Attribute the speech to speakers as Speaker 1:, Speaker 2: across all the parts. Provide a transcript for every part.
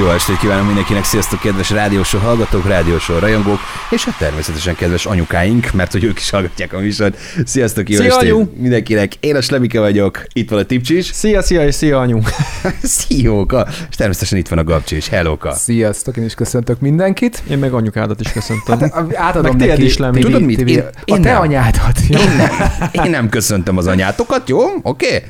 Speaker 1: Jó estét kívánunk mindenkinek, sziasztok kedves rádiósó hallgatók, rádiósó rajongók, és hát természetesen kedves anyukáink, mert hogy ők is hallgatják a műsort. Sziasztok, jó
Speaker 2: Szia,
Speaker 1: estét
Speaker 2: anyu!
Speaker 1: mindenkinek, én a Slemike vagyok, itt van a Tipcsis,
Speaker 2: Szia, szia és szia, anyu!
Speaker 1: Szióka, és természetesen itt van a Gabcsi is, Hellóka.
Speaker 3: Sziasztok, én is köszöntök mindenkit.
Speaker 2: Én meg anyukádat is köszöntöm.
Speaker 1: Hát,
Speaker 3: Átadom
Speaker 2: Meg
Speaker 3: neki
Speaker 2: téged
Speaker 3: is,
Speaker 2: is, Lem.
Speaker 3: Tibi,
Speaker 1: Tudod mit?
Speaker 3: Tibi.
Speaker 1: Én-
Speaker 3: a
Speaker 1: én
Speaker 3: te
Speaker 1: nem.
Speaker 3: anyádat, jó?
Speaker 1: Én nem, én nem köszöntöm az anyátokat, jó? Oké? Okay?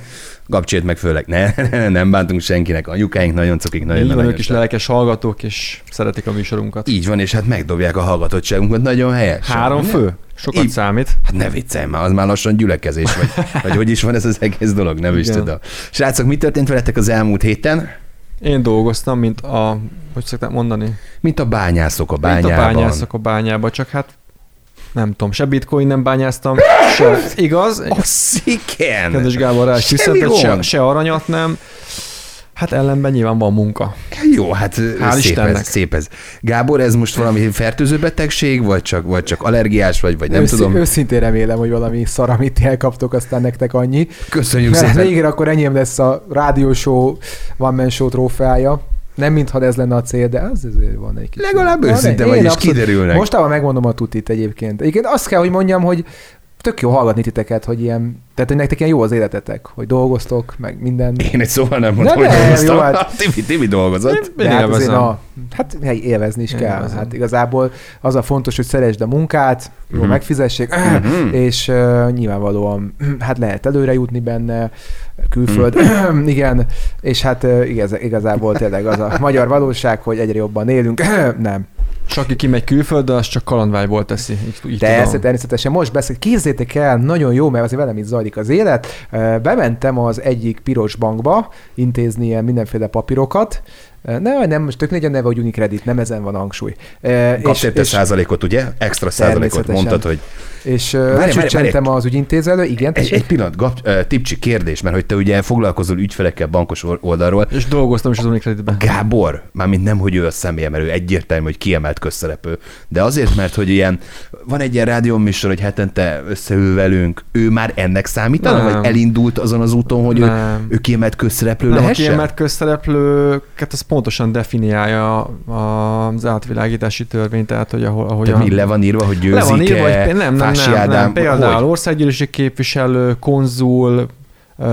Speaker 1: Gabcsét meg főleg ne, ne, nem bántunk senkinek, anyukáink nagyon cukik, nagyon
Speaker 2: Így van,
Speaker 1: nagyon
Speaker 2: ők is
Speaker 1: sár-
Speaker 2: lelkes hallgatók, és szeretik a műsorunkat.
Speaker 1: Így van, és hát megdobják a hallgatottságunkat, nagyon helyes.
Speaker 2: Három fő? Sokat
Speaker 1: Így-
Speaker 2: számít.
Speaker 1: Hát ne viccelj már, az már lassan gyülekezés, vagy, vagy hogy is van ez az egész dolog, nem is
Speaker 2: Igen.
Speaker 1: tudom. Srácok, mi történt veletek az elmúlt héten?
Speaker 2: Én dolgoztam, mint a, hogy szokták mondani?
Speaker 1: Mint a bányászok a
Speaker 2: Mint
Speaker 1: bányában.
Speaker 2: a bányászok a bányába, csak hát nem tudom, se bitcoin nem bányáztam, se, ez igaz?
Speaker 1: A sziken!
Speaker 2: Kedves Gábor rá is
Speaker 1: Semmi
Speaker 2: tiszteltet, se,
Speaker 1: gond.
Speaker 2: se aranyat nem. Hát ellenben nyilván van munka.
Speaker 1: Jó, hát Hál
Speaker 2: Hál'
Speaker 1: szép,
Speaker 2: Istennek.
Speaker 1: ez, szép ez. Gábor, ez most valami fertőző betegség, vagy csak, vagy csak allergiás, vagy, vagy nem
Speaker 3: Őszi-
Speaker 1: tudom.
Speaker 3: Őszintén remélem, hogy valami szar, amit ti elkaptok, aztán nektek annyi.
Speaker 1: Köszönjük
Speaker 3: Mert
Speaker 1: szépen.
Speaker 3: végre akkor enyém lesz a rádiósó One Man Show trófeája. Nem mintha ez lenne a cél, de az azért van egy kicsit.
Speaker 1: Legalább
Speaker 3: Van
Speaker 1: őszinte
Speaker 3: egy-
Speaker 1: vagy,
Speaker 3: én
Speaker 1: és
Speaker 3: abszolút-
Speaker 1: kiderülnek.
Speaker 3: Mostában megmondom a tutit egyébként. Egyébként azt kell, hogy mondjam, hogy tök jó hallgatni titeket, hogy ilyen, tehát hogy nektek ilyen jó az életetek, hogy dolgoztok, meg minden.
Speaker 1: Én egy szóval nem mondtam,
Speaker 3: Ne,
Speaker 1: hogy
Speaker 3: ne,
Speaker 1: dolgoztam.
Speaker 3: jó, hát-
Speaker 1: Tibi, Tibi dolgozott.
Speaker 2: Én
Speaker 3: De hát azért
Speaker 2: élvezem.
Speaker 3: a, hát hely, élvezni is kell.
Speaker 2: Élvezem.
Speaker 3: Hát igazából az a fontos, hogy szeresd a munkát, jól
Speaker 1: Mhm.
Speaker 3: megfizessék, és uh, nyilvánvalóan hát lehet előre jutni benne, külföld, igen, és hát uh, igaz, igazából tényleg az a magyar valóság, hogy egyre jobban élünk, nem.
Speaker 2: És aki kimegy külföldre, az csak kalandvágyból teszi. Így, így
Speaker 3: Persze,
Speaker 2: tudom.
Speaker 3: természetesen. Most beszél, képzétek el, nagyon jó, mert azért velem itt zajlik az élet. Ö, Bementem az egyik piros bankba intézni ilyen mindenféle papírokat. Ö, Ne, nem, most tök nagy a neve, hogy Unicredit, nem ezen van a hangsúly. Ö,
Speaker 1: Kapsz egy százalékot, ugye? Extra százalékot
Speaker 3: Természetesen.
Speaker 1: mondtad, hogy
Speaker 3: és
Speaker 1: várj, várj,
Speaker 3: lecsücsentem az ügyintéző elő, igen,
Speaker 1: Egy,
Speaker 3: tessék?
Speaker 1: egy pillanat, Gab, ö, Tipcsi, kérdés, mert hogy te ugye foglalkozol ügyfelekkel bankos or- oldalról.
Speaker 2: És dolgoztam is az Unicreditben.
Speaker 1: Gábor, mármint nem, hogy ő a személye, mert ő egyértelmű, hogy kiemelt közszereplő, de azért, mert hogy ilyen, van egy ilyen rádióműsor, hogy hetente összeül velünk, ő már ennek számítana,
Speaker 2: Nem.
Speaker 1: vagy elindult azon az úton, hogy ő,
Speaker 2: Nem.
Speaker 1: ő kiemelt közszereplő
Speaker 2: Nem, a
Speaker 1: lehessen?
Speaker 2: kiemelt közszereplőket az pontosan definiálja a- az átvilágítási törvény, tehát hogy ahol, ahogy
Speaker 1: Tehát mi le van írva, hogy
Speaker 2: le
Speaker 1: győzik
Speaker 2: van írva, hogy pé- nem, nem, nem, nem, például
Speaker 1: hogy?
Speaker 2: országgyűlési képviselő, konzul, ö,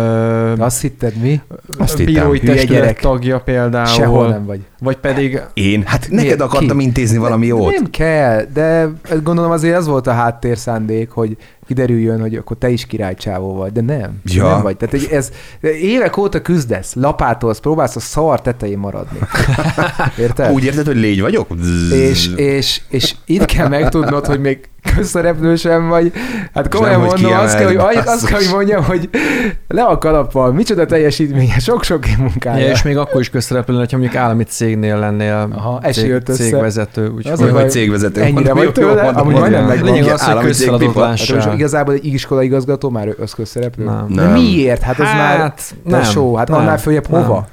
Speaker 3: Azt hitted mi?
Speaker 1: Azt
Speaker 2: bírói
Speaker 1: hittem.
Speaker 3: Hülye
Speaker 2: testület
Speaker 3: gyerek.
Speaker 2: tagja például,
Speaker 3: Sehol nem vagy.
Speaker 2: vagy pedig
Speaker 1: Én? Hát neked
Speaker 2: Miért?
Speaker 1: akartam
Speaker 2: Ki?
Speaker 1: intézni valami
Speaker 3: De
Speaker 1: jót.
Speaker 3: Nem kell, de gondolom azért az volt a háttér szándék, hogy kiderüljön, hogy akkor te is királycsávó vagy, de nem.
Speaker 1: Ja.
Speaker 3: Nem vagy. Tehát egy- ez, évek óta küzdesz, lapátolsz, próbálsz a szar tetején maradni. Érted?
Speaker 1: Úgy érted, hogy légy vagyok? Zzz.
Speaker 3: És, és, és itt kell megtudnod, hogy még közszereplő sem vagy. Hát komolyan
Speaker 1: hogy
Speaker 3: mondom, azt kell, hogy,
Speaker 1: kiemelt,
Speaker 3: azt kell, hogy
Speaker 1: basszus.
Speaker 3: mondjam, hogy le a kalappal, micsoda teljesítménye, sok-sok munkája.
Speaker 2: Ja, és még akkor is közszereplő, lenne, hogyha mondjuk állami cégnél lennél
Speaker 3: Aha,
Speaker 2: cég-
Speaker 3: esély jött össze.
Speaker 2: cégvezető. Úgyhogy
Speaker 3: Az
Speaker 1: Olyan,
Speaker 3: a
Speaker 1: hogy
Speaker 3: baj,
Speaker 1: cégvezető.
Speaker 3: ennyire
Speaker 1: Mondom,
Speaker 3: vagy
Speaker 1: jó, jó,
Speaker 3: tőle,
Speaker 1: mondom,
Speaker 3: amúgy
Speaker 1: mondom.
Speaker 3: majdnem megvan.
Speaker 2: Lényeg az, hogy
Speaker 1: Állami cégpipa.
Speaker 2: közfeladatot
Speaker 3: Hát most
Speaker 2: lássál.
Speaker 3: igazából egy iskolai igazgató már az közszereplő?
Speaker 2: Nem.
Speaker 3: De
Speaker 1: Nem.
Speaker 3: miért? Hát ez már nem, só, hát
Speaker 2: nem,
Speaker 3: annál följebb
Speaker 2: nem.
Speaker 3: hova?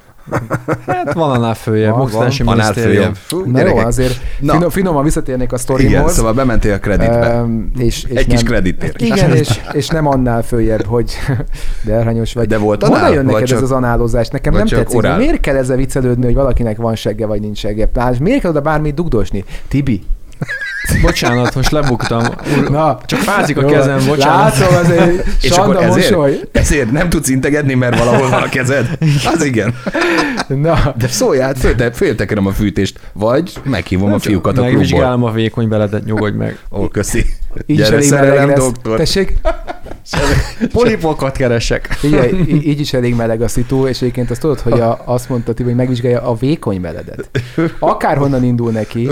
Speaker 2: Hát van annál följebb,
Speaker 3: Van,
Speaker 2: oktatási
Speaker 1: van. Annál
Speaker 2: minisztérium.
Speaker 1: följebb. Fú,
Speaker 3: Na jó,
Speaker 1: gyerekek.
Speaker 3: azért
Speaker 1: Na.
Speaker 3: finom, finoman visszatérnék a
Speaker 1: Igen,
Speaker 3: sztorimhoz.
Speaker 1: szóval bementél a kreditbe.
Speaker 3: Öm, és, és
Speaker 1: Egy kis
Speaker 3: nem-
Speaker 1: kreditért.
Speaker 3: Igen, és, és, nem annál följebb, hogy de aranyos vagy.
Speaker 1: De volt
Speaker 3: Honnan
Speaker 1: anál?
Speaker 3: jön
Speaker 1: Vagy
Speaker 3: neked
Speaker 1: csak-
Speaker 3: ez az análozás? Nekem
Speaker 1: vagy
Speaker 3: nem
Speaker 1: csak
Speaker 3: tetszik.
Speaker 1: orál?
Speaker 3: Miért kell ezzel viccelődni, hogy valakinek van segge vagy nincs segge? Hát miért kell oda bármit dugdosni? Tibi.
Speaker 2: Bocsánat, most lebuktam. Úr,
Speaker 3: Na,
Speaker 2: Csak fázik a
Speaker 3: jó,
Speaker 2: kezem, bocsánat.
Speaker 3: Látom, azért
Speaker 1: És akkor
Speaker 3: Sanda
Speaker 1: ezért,
Speaker 3: mosoly.
Speaker 1: ezért nem tudsz integetni, mert valahol van a kezed. Az igen.
Speaker 3: Na,
Speaker 1: De szóljál, félte- féltekerem a fűtést, vagy meghívom a fiúkat a klubból.
Speaker 2: Megvizsgálom a vékony beledet, nyugodj meg.
Speaker 1: Ó, köszi.
Speaker 3: így is
Speaker 1: Gyere,
Speaker 3: elég
Speaker 1: szerelem,
Speaker 3: meleg lesz.
Speaker 1: doktor.
Speaker 3: Tessék?
Speaker 2: Polipokat keresek.
Speaker 3: Figyelj, í- így is elég meleg a szitu, és egyébként azt tudod, hogy a, azt mondta Tibi, hogy megvizsgálja a vékony beledet. Akárhonnan indul neki,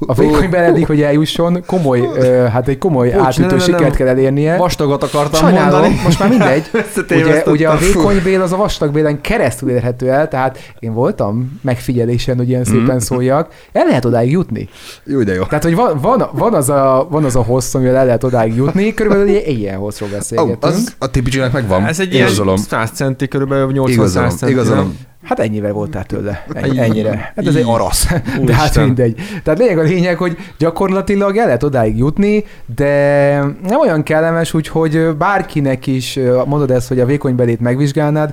Speaker 3: a vékony beledig, hogy eljusson, komoly, ö, hát egy komoly
Speaker 2: Bocs, nem,
Speaker 3: átütő
Speaker 2: nem, nem.
Speaker 3: sikert kell elérnie.
Speaker 2: E, Vastagot akartam
Speaker 3: Sajnálom,
Speaker 2: mondani.
Speaker 3: most már mindegy. Ugye,
Speaker 2: Összetévesztettem.
Speaker 3: ugye a vékony bél az a vastag bélen keresztül érhető el, tehát én voltam megfigyelésen, hogy ilyen
Speaker 2: Mhm.
Speaker 3: szépen szóljak, el lehet odáig jutni.
Speaker 1: Jó, de jó.
Speaker 3: Tehát, hogy van, van, van, az, a, van az a hossz, amivel el lehet odáig jutni, körülbelül egy ilyen hosszról
Speaker 1: Ó,
Speaker 3: beszélgetünk.
Speaker 1: az a tipicsinek megvan.
Speaker 2: Ez egy ilyen
Speaker 1: igazolom.
Speaker 2: 100 centi, körülbelül 80
Speaker 1: Igazolom,
Speaker 2: 100 centi.
Speaker 1: igazolom.
Speaker 3: Hát ennyivel voltál tőle.
Speaker 2: Így.
Speaker 3: Ennyi- Ennyire. Hát ez egy
Speaker 2: Így.
Speaker 3: arasz. De hát
Speaker 2: Úristen.
Speaker 3: mindegy. Tehát lényeg a lényeg, hogy gyakorlatilag el lehet odáig jutni, de nem olyan kellemes, úgyhogy bárkinek is, mondod ezt, hogy a vékony belét megvizsgálnád,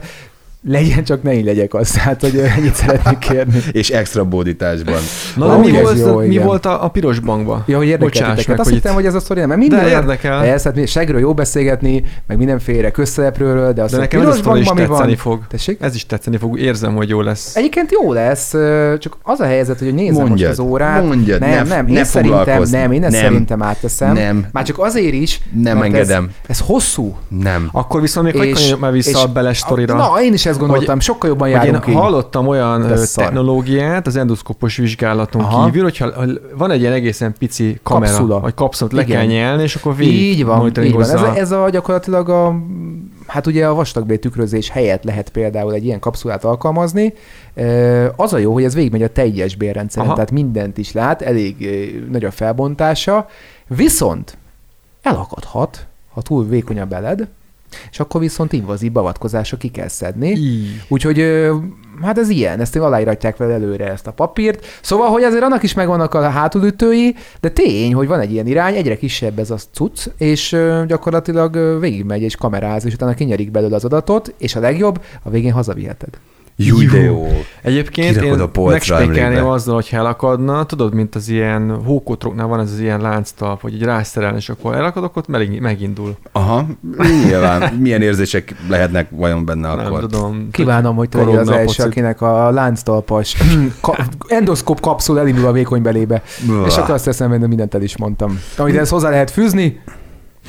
Speaker 3: legyen, csak ne így legyek az. Hát, hogy ennyit szeretnék kérni.
Speaker 1: és extra bódításban.
Speaker 2: Na, de
Speaker 3: Amúgy
Speaker 2: mi,
Speaker 3: ez
Speaker 2: volt,
Speaker 3: jó,
Speaker 2: mi
Speaker 3: igen.
Speaker 2: volt a, a piros bankban?
Speaker 3: Ja, hogy érdekel
Speaker 2: Bocsáss
Speaker 3: titeket.
Speaker 2: meg,
Speaker 3: Azt
Speaker 2: hogy
Speaker 3: hittem,
Speaker 2: itt-
Speaker 3: hogy ez a sztori nem, mert minden
Speaker 2: De
Speaker 3: olyan-
Speaker 2: érdekel.
Speaker 3: Persze, hát mi- segről jó beszélgetni, meg mindenféle közszereplőről, de azt
Speaker 2: De nekem ez a sztori is tetszeni fog.
Speaker 3: Tessék?
Speaker 2: Ez is tetszeni fog, érzem, hogy jó lesz.
Speaker 3: Egyébként jó lesz, ö, csak az a helyzet, hogy nézem
Speaker 1: Mondjad,
Speaker 3: most az órát.
Speaker 1: mondjad, ne
Speaker 3: nem,
Speaker 1: f-
Speaker 3: nem,
Speaker 1: ne
Speaker 3: én szerintem,
Speaker 1: foglalkozz.
Speaker 3: nem, én ezt
Speaker 1: Nem.
Speaker 3: szerintem átteszem.
Speaker 1: Nem.
Speaker 3: Már csak azért is,
Speaker 1: Nem
Speaker 3: mert
Speaker 1: engedem.
Speaker 3: Ez, ez hosszú.
Speaker 1: Nem.
Speaker 2: Akkor viszont még hogy kanyarodjak már vissza a Beles sztorira.
Speaker 3: Na, én is ezt gondoltam,
Speaker 2: Hogy-
Speaker 3: sokkal jobban
Speaker 2: Hogy én
Speaker 3: járunk így.
Speaker 2: hallottam olyan
Speaker 3: De
Speaker 2: ö,
Speaker 3: szar.
Speaker 2: technológiát az endoszkopos vizsgálaton
Speaker 3: Aha.
Speaker 2: kívül, hogyha ha van egy ilyen egészen pici kamera,
Speaker 3: Kapszula.
Speaker 2: vagy kapszulat le
Speaker 3: Igen.
Speaker 2: kell nyelni, és akkor végig
Speaker 3: Így van, így van. Ez,
Speaker 2: monitoringozza.
Speaker 3: a- ez a gyakorlatilag a, hát ugye a vastagbél tükrözés helyett lehet például egy ilyen kapszulát alkalmazni. Ö, Az a jó, hogy ez végigmegy a teljes bélrendszeren,
Speaker 2: Aha.
Speaker 3: tehát mindent is lát, elég ö, nagy a felbontása, viszont elakadhat, ha túl vékony a beled, és akkor viszont invazív beavatkozásra ki kell szedni.
Speaker 2: Így.
Speaker 3: Úgyhogy ö, hát ez ilyen, ezt aláíratják vele előre ezt a papírt. Szóval, hogy azért annak is megvannak a hátulütői, de tény, hogy van egy ilyen irány, egyre kisebb ez a cucc, és ö, gyakorlatilag ö, végigmegy és kameráz, és utána kinyerik belőle az adatot, és a legjobb, a végén hazaviheted.
Speaker 1: Jó, de
Speaker 2: Jó.
Speaker 1: jó.
Speaker 2: Egyébként
Speaker 1: Kirakod
Speaker 2: én
Speaker 1: a polcra,
Speaker 2: megspékelném
Speaker 1: emlékbe.
Speaker 2: azzal, hogy elakadna, tudod, mint az ilyen hókotroknál van ez az ilyen lánctalp, hogy így rászerelni, és akkor elakadok, ott meg- megindul.
Speaker 1: Aha, nyilván. Milyen érzések lehetnek vajon benne
Speaker 2: Nem
Speaker 1: akkor?
Speaker 2: tudom.
Speaker 3: Kívánom, hogy te legyél az
Speaker 2: Korogna a
Speaker 3: első,
Speaker 2: pocit.
Speaker 3: akinek a lánctalpas ka- endoszkóp kapszul elindul a vékony belébe.
Speaker 1: Blah. Hm.
Speaker 3: És akkor azt teszem, hogy mindent el is mondtam. Amit ezt hozzá lehet fűzni,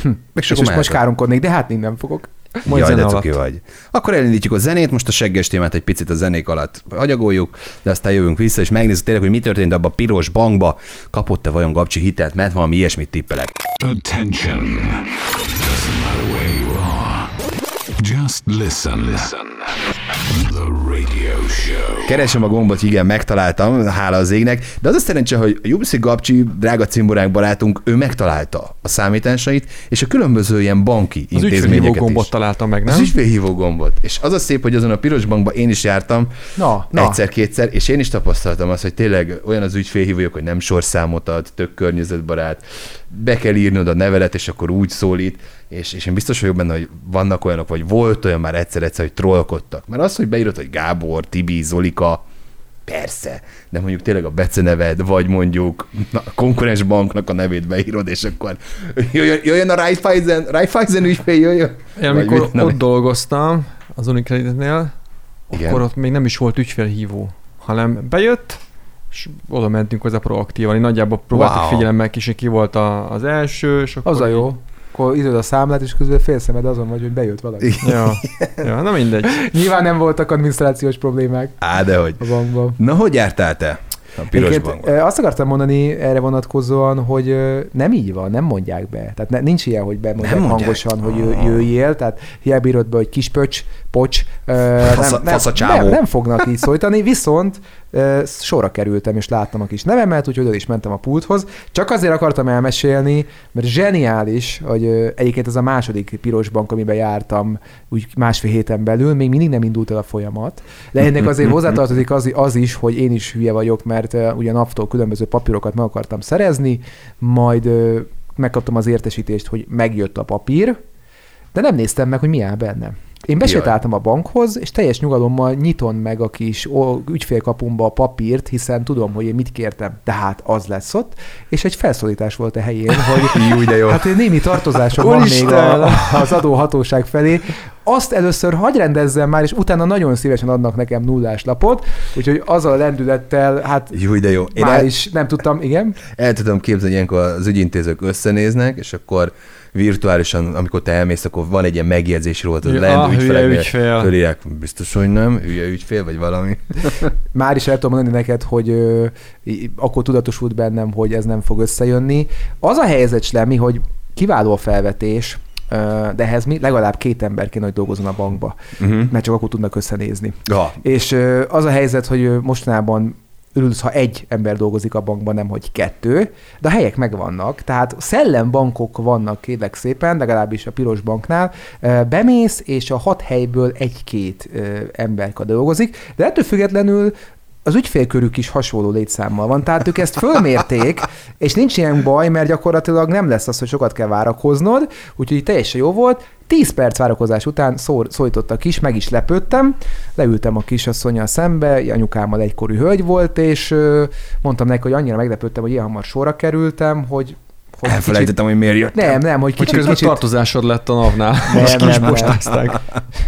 Speaker 1: Meg
Speaker 3: és most, most káromkodnék, de hát nem fogok.
Speaker 2: Majd
Speaker 1: Jaj,
Speaker 2: zene
Speaker 1: de
Speaker 2: alatt.
Speaker 1: cuki vagy. Akkor elindítjuk a zenét, most a segges témát egy picit a zenék alatt agyagoljuk, de aztán jövünk vissza, és megnézzük tényleg, hogy mi történt abba a piros bankba. Kapott-e vajon Gabcsi hitelt, mert valami ilyesmit tippelek.
Speaker 4: Attention. Doesn't matter where you are. Just listen. Listen. The radio show.
Speaker 1: Keresem a gombot, igen, megtaláltam, hála az égnek, de az a szerencse, hogy a Jubszi Gabcsi, drága cimborák barátunk, ő megtalálta a számításait, és a különböző ilyen banki
Speaker 2: Az ügyfélhívó
Speaker 1: intézményeket
Speaker 2: gombot
Speaker 1: is.
Speaker 2: találtam meg,
Speaker 1: Az
Speaker 2: nem?
Speaker 1: ügyfélhívó gombot. És az a szép, hogy azon a piros bankban én is jártam,
Speaker 3: Na, na.
Speaker 1: egyszer-kétszer, és én is tapasztaltam azt, hogy tényleg olyan az ügyfélhívójuk, hogy nem sorszámot ad, tök környezetbarát, be kell írnod a nevelet, és akkor úgy szólít, és, és én biztos vagyok benne, hogy vannak olyanok, vagy volt olyan már egyszer-egyszer, hogy trollkodtak. Mert az, hogy beírod, hogy Gábor, Tibi, Zolika, persze, de mondjuk tényleg a beceneved, vagy mondjuk na, a konkurens banknak a nevét beírod, és akkor jöjjön, jöjjön a Raiffeisen, Raiffeisen ügyfél, jöjjön.
Speaker 2: Én
Speaker 1: Vagy
Speaker 2: amikor
Speaker 1: mit, nem-
Speaker 2: ott dolgoztam, az Unicreditnél,
Speaker 1: Igen.
Speaker 2: akkor ott még nem is volt ügyfélhívó, hanem bejött, és oda mentünk hozzá proaktívan, így nagyjából próbáltuk
Speaker 1: Wow.
Speaker 2: wow. figyelemmel kis, ki volt a, az első, és akkor...
Speaker 3: Az a
Speaker 2: így-
Speaker 3: jó. Akkor írod a számlát, és közben félszemed azon vagy, hogy bejött valaki.
Speaker 2: Ja, ja, na mindegy.
Speaker 3: Nyilván nem voltak adminisztrációs problémák
Speaker 1: Á, de hogy.
Speaker 3: a bankban.
Speaker 1: Na, hogy jártál te? A piros
Speaker 3: Egyébként,
Speaker 1: bankban.
Speaker 3: ö, azt akartam mondani erre vonatkozóan, hogy ö, nem így van, nem mondják be. Tehát ne, nincs ilyen, hogy bemondják
Speaker 1: Nem mondják.
Speaker 3: hangosan, hogy jö,
Speaker 1: Ah.
Speaker 3: jöjjél, tehát hiába írod be, hogy kispöcs, pocs, ö, nem, nem,
Speaker 1: fasz a csávó.
Speaker 3: nem, nem fognak így szólítani, viszont ö, sorra kerültem, és láttam a kis nevemet, úgyhogy oda is mentem a pulthoz. Csak azért akartam elmesélni, mert zseniális, hogy ö, egyébként ez a második piros bank, amiben jártam úgy másfél héten belül, még mindig nem indult el a folyamat. De ennek azért hozzátartozik az, az is, hogy én is hülye vagyok, mert ö, ugye naptól különböző papírokat meg akartam szerezni, majd ö, megkaptam az értesítést, hogy megjött a papír, de nem néztem meg, hogy mi áll benne. Én besétáltam a bankhoz, és teljes nyugalommal nyitom meg a kis ó, ügyfélkapumba a papírt, hiszen tudom, hogy én mit kértem. Tehát az lesz ott, és egy felszólítás volt a helyén, hogy
Speaker 1: Jó, de jó.
Speaker 3: hát egy némi tartozásom van még
Speaker 2: Úristen!
Speaker 3: a, az adóhatóság felé. Azt először hagy rendezzem már, és utána nagyon szívesen adnak nekem nullás lapot, úgyhogy azzal a lendülettel, hát
Speaker 1: Jó, de jó. Én
Speaker 3: már
Speaker 1: el,
Speaker 3: is nem tudtam, igen.
Speaker 1: el tudom képzelni, ilyenkor az ügyintézők összenéznek, és akkor virtuálisan, amikor te elmész, akkor van egy ilyen megjegyzés rólad, hogy
Speaker 2: Ja,
Speaker 1: lent
Speaker 2: ah, hülye
Speaker 1: ügyfeleknél
Speaker 2: ügyfél.
Speaker 1: fölírják, biztos, hogy nem, hülye ügyfél, vagy valami.
Speaker 3: Már is el tudom mondani neked, hogy ö, í- akkor tudatosult bennem, hogy ez nem fog összejönni. Az a helyzet, Slemi, hogy kiváló a felvetés, ö, de ehhez mi legalább két ember kéne, hogy dolgozzon a bankba,
Speaker 1: Uh-huh.
Speaker 3: mert csak akkor tudnak összenézni.
Speaker 1: Ja,
Speaker 3: És ö, az a helyzet, hogy ö, mostanában örülsz, ha egy ember dolgozik a bankban, nem hogy kettő, de a helyek megvannak, tehát szellembankok vannak kérlek szépen, legalábbis a piros banknál, Ö, bemész, és a hat helyből egy-két ö, emberka dolgozik, de ettől függetlenül az ügyfélkörük is hasonló létszámmal van, tehát ők ezt fölmérték, és nincs ilyen baj, mert gyakorlatilag nem lesz az, hogy sokat kell várakoznod, úgyhogy teljesen jó volt. 10 perc várakozás után szór, szólítottak is, meg is lepődtem, leültem a kisasszonyjal szembe, anyukámmal egykorű hölgy volt, és ö, mondtam neki, hogy annyira meglepődtem, hogy ilyen hamar sorra kerültem, hogy hogy kicsit,
Speaker 1: Elfelejtettem, hogy miért jött.
Speaker 3: nem, nem, hogy
Speaker 2: Hogy
Speaker 3: kicsit,
Speaker 2: közben
Speaker 3: kicsit,
Speaker 2: tartozásod lett a navnál.
Speaker 3: Nem,
Speaker 2: Most ki is
Speaker 3: nem, nem.
Speaker 2: postázták.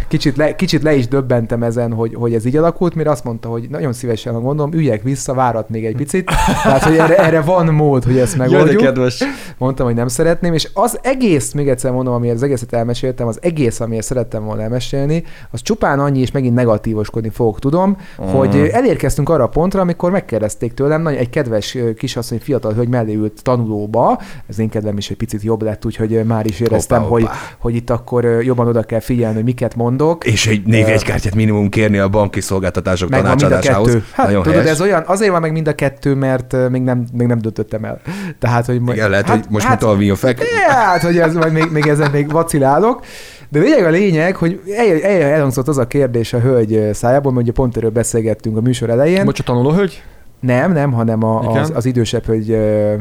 Speaker 3: kicsit, le, kicsit le is döbbentem ezen, hogy, hogy ez így alakult, mire azt mondta, hogy nagyon szívesen, ha gondolom, üljek vissza, várat még egy picit. Tehát, hogy erre, erre van mód, hogy ezt
Speaker 2: Jaj, de
Speaker 3: megoldjuk.
Speaker 2: kedves.
Speaker 3: Mondtam, hogy nem szeretném, és az egész, még egyszer mondom, amiért az egészet elmeséltem, az egész, amiért szerettem volna elmesélni, az csupán annyi, és megint negatívoskodni fogok, tudom, mm. hogy ö, elérkeztünk arra a pontra, amikor megkérdezték tőlem, nagy, egy kedves ö, kisasszony, fiatal hölgy mellé ült tanulóba, ez én kedvem is egy picit jobb lett, úgyhogy ö, már is éreztem,
Speaker 1: Hoppá,
Speaker 3: hogy,
Speaker 1: hoppá.
Speaker 3: hogy itt akkor ö, jobban oda kell figyelni, hogy miket mondok.
Speaker 1: És egy, még egy kártyát minimum kérni a banki szolgáltatások
Speaker 3: Megvan mind a
Speaker 1: tanácsadásához.
Speaker 3: kettő. Hát
Speaker 1: Nagyon
Speaker 3: tudod,
Speaker 1: helyes.
Speaker 3: ez olyan, azért van meg mind a kettő, mert ö, még nem, még nem döntöttem el. Tehát, hogy majd-
Speaker 1: Igen, lehet,
Speaker 3: hát,
Speaker 1: hogy most
Speaker 3: hát,
Speaker 1: hát, mit alvinjon fel.
Speaker 3: Ja, Hát, hogy ez, majd még, még ezen még vacilálok. De lényeg a lényeg, hogy el, el, elhangzott az a kérdés a hölgy szájából, mert ugye pont erről beszélgettünk a műsor elején. Bocs.
Speaker 2: Bocs, a tanulóhölgy?
Speaker 3: Nem, nem, hanem a,
Speaker 2: Igen?
Speaker 3: az, az idősebb hölgy ö,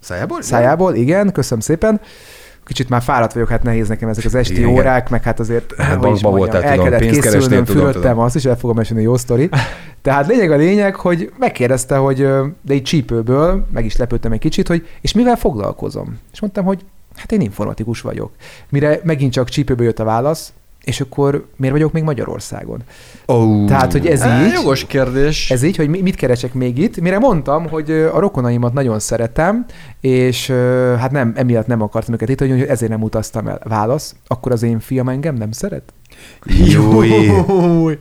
Speaker 1: Szájából?
Speaker 3: szájából, igen, köszönöm szépen. Kicsit már fáradt vagyok, hát nehéz nekem ezek az esti
Speaker 1: Igen,
Speaker 3: igen,
Speaker 1: igen.
Speaker 3: órák, meg hát azért
Speaker 1: Hát
Speaker 3: hogy is
Speaker 1: bankban
Speaker 3: mondjam,
Speaker 1: voltál,
Speaker 3: el
Speaker 1: tudom,
Speaker 3: kellett
Speaker 1: pénzt kerestél,
Speaker 3: készülnöm,
Speaker 1: tudom,
Speaker 3: fülöttem,
Speaker 1: tudom.
Speaker 3: azt is el fogom mesélni, jó sztori. Tehát lényeg a lényeg, hogy megkérdezte, hogy ö, de így csípőből, meg is lepődtem egy kicsit, hogy és mivel foglalkozom? És mondtam, hogy hát én informatikus vagyok. Mire megint csak csípőből jött a válasz, és akkor miért vagyok még Magyarországon?
Speaker 1: Oh.
Speaker 3: Tehát, hogy ez
Speaker 2: Á,
Speaker 3: így,
Speaker 2: Eh, Jogos kérdés.
Speaker 3: ez így, hogy mi- mit keresek még itt, mire mondtam, hogy ö, a rokonaimat nagyon szeretem, és ö, hát nem, emiatt nem akartam őket itt, hogy hogy ezért nem utaztam el. Válasz, akkor az én fiam engem nem szeret?
Speaker 1: Júj.
Speaker 3: Júj.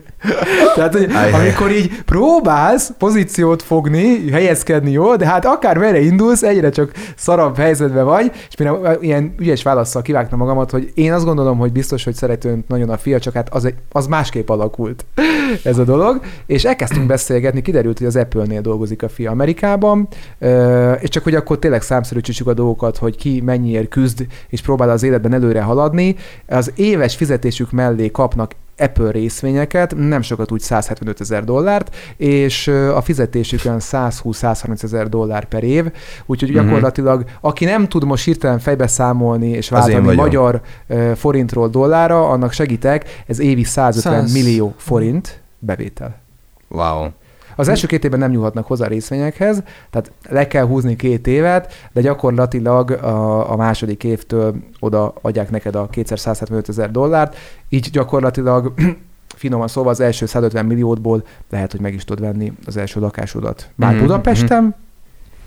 Speaker 3: Tehát, hogy
Speaker 1: Ajaj.
Speaker 3: amikor így próbálsz pozíciót fogni, helyezkedni jól, de hát akár merre indulsz, egyre csak szarabb helyzetben vagy, és mire ilyen ügyes válaszsal kivágtam magamat, hogy én azt gondolom, hogy biztos, hogy szeretőnt nagyon a fia, csak hát az, egy, az másképp alakult ez a dolog, és elkezdtünk beszélgetni, kiderült, hogy az Apple-nél dolgozik a fia Amerikában, ö, és csak hogy akkor tényleg számszerűsítsük a dolgokat, hogy ki mennyiért küzd, és próbál az életben előre haladni, az éves fizetésük mellé kapnak Apple részvényeket, nem sokat úgy 175 ezer dollárt, és ö, a fizetésük olyan 120-130 ezer dollár per év, úgyhogy
Speaker 1: Mhm.
Speaker 3: gyakorlatilag, aki nem tud most hirtelen fejbe számolni és
Speaker 1: Az én
Speaker 3: váltani
Speaker 1: vagyok.
Speaker 3: magyar ö, forintról dollára, annak segítek, ez évi 150
Speaker 2: 100.
Speaker 3: millió forint bevétel.
Speaker 1: Wow.
Speaker 3: Az első két évben nem nyúlhatnak hozzá a részvényekhez, tehát le kell húzni két évet, de gyakorlatilag a, a második évtől oda adják neked a 275 ezer dollárt, így gyakorlatilag finoman szólva az első 150 milliótból lehet, hogy meg is tudod venni az első lakásodat. Már
Speaker 2: Mhm,
Speaker 3: Budapesten,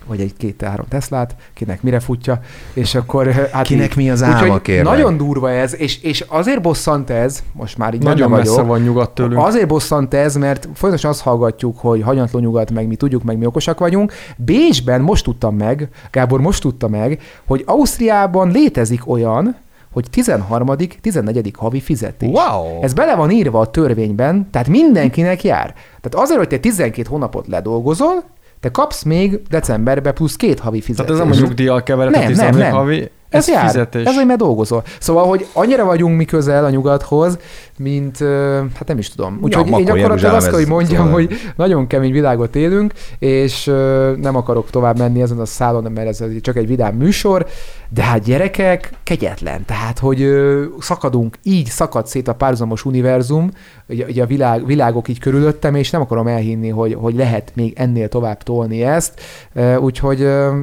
Speaker 3: vagy egy két-három Teslát, kinek mire futja, és akkor hát
Speaker 1: Kinek
Speaker 3: így-
Speaker 1: mi az
Speaker 3: Úgyhogy
Speaker 1: álma, kérlek?
Speaker 3: Nagyon durva ez, és, és azért bosszant ez, most már így
Speaker 2: Nagyon
Speaker 3: benne vagyok,
Speaker 2: messze van nyugat tőlünk.
Speaker 3: Azért bosszant ez, mert folyamatosan azt hallgatjuk, hogy hanyatló nyugat, meg mi tudjuk, meg mi okosak vagyunk. Bécsben most tudtam meg, Gábor most tudta meg, hogy Ausztriában létezik olyan, hogy 13. 14. havi fizetés.
Speaker 1: Wow.
Speaker 3: Ez bele van írva a törvényben, tehát mindenkinek jár. Tehát azért, hogy te 12 hónapot ledolgozol, te kapsz még decemberbe plusz két havi fizetést.
Speaker 2: Tehát ez nem a nyugdíjjal keveredett,
Speaker 3: Nem,
Speaker 2: hiszen
Speaker 3: nem,
Speaker 2: még
Speaker 3: nem.
Speaker 2: havi,
Speaker 3: Ez, jár.
Speaker 2: fizetés.
Speaker 3: Ez, hogy mert dolgozol. Szóval, hogy annyira vagyunk mi közel a nyugathoz, mint, ö, hát nem is tudom.
Speaker 1: Ja,
Speaker 3: Úgyhogy
Speaker 1: Makó
Speaker 3: én gyakorlatilag
Speaker 1: Jeruzsálem,
Speaker 3: azt kell, hogy
Speaker 1: ez
Speaker 3: mondjam,
Speaker 1: szóval-
Speaker 3: hogy nagyon kemény világot élünk, és ö, nem akarok tovább menni ezen a szálon, mert ez csak egy vidám műsor, de hát gyerekek, kegyetlen. Tehát, hogy ö, szakadunk, így szakad szét a párhuzamos univerzum, ugye, ugye a világ, világok így körülöttem, és nem akarom elhinni, hogy, hogy lehet még ennél tovább tolni ezt. Ö, Úgyhogy ö,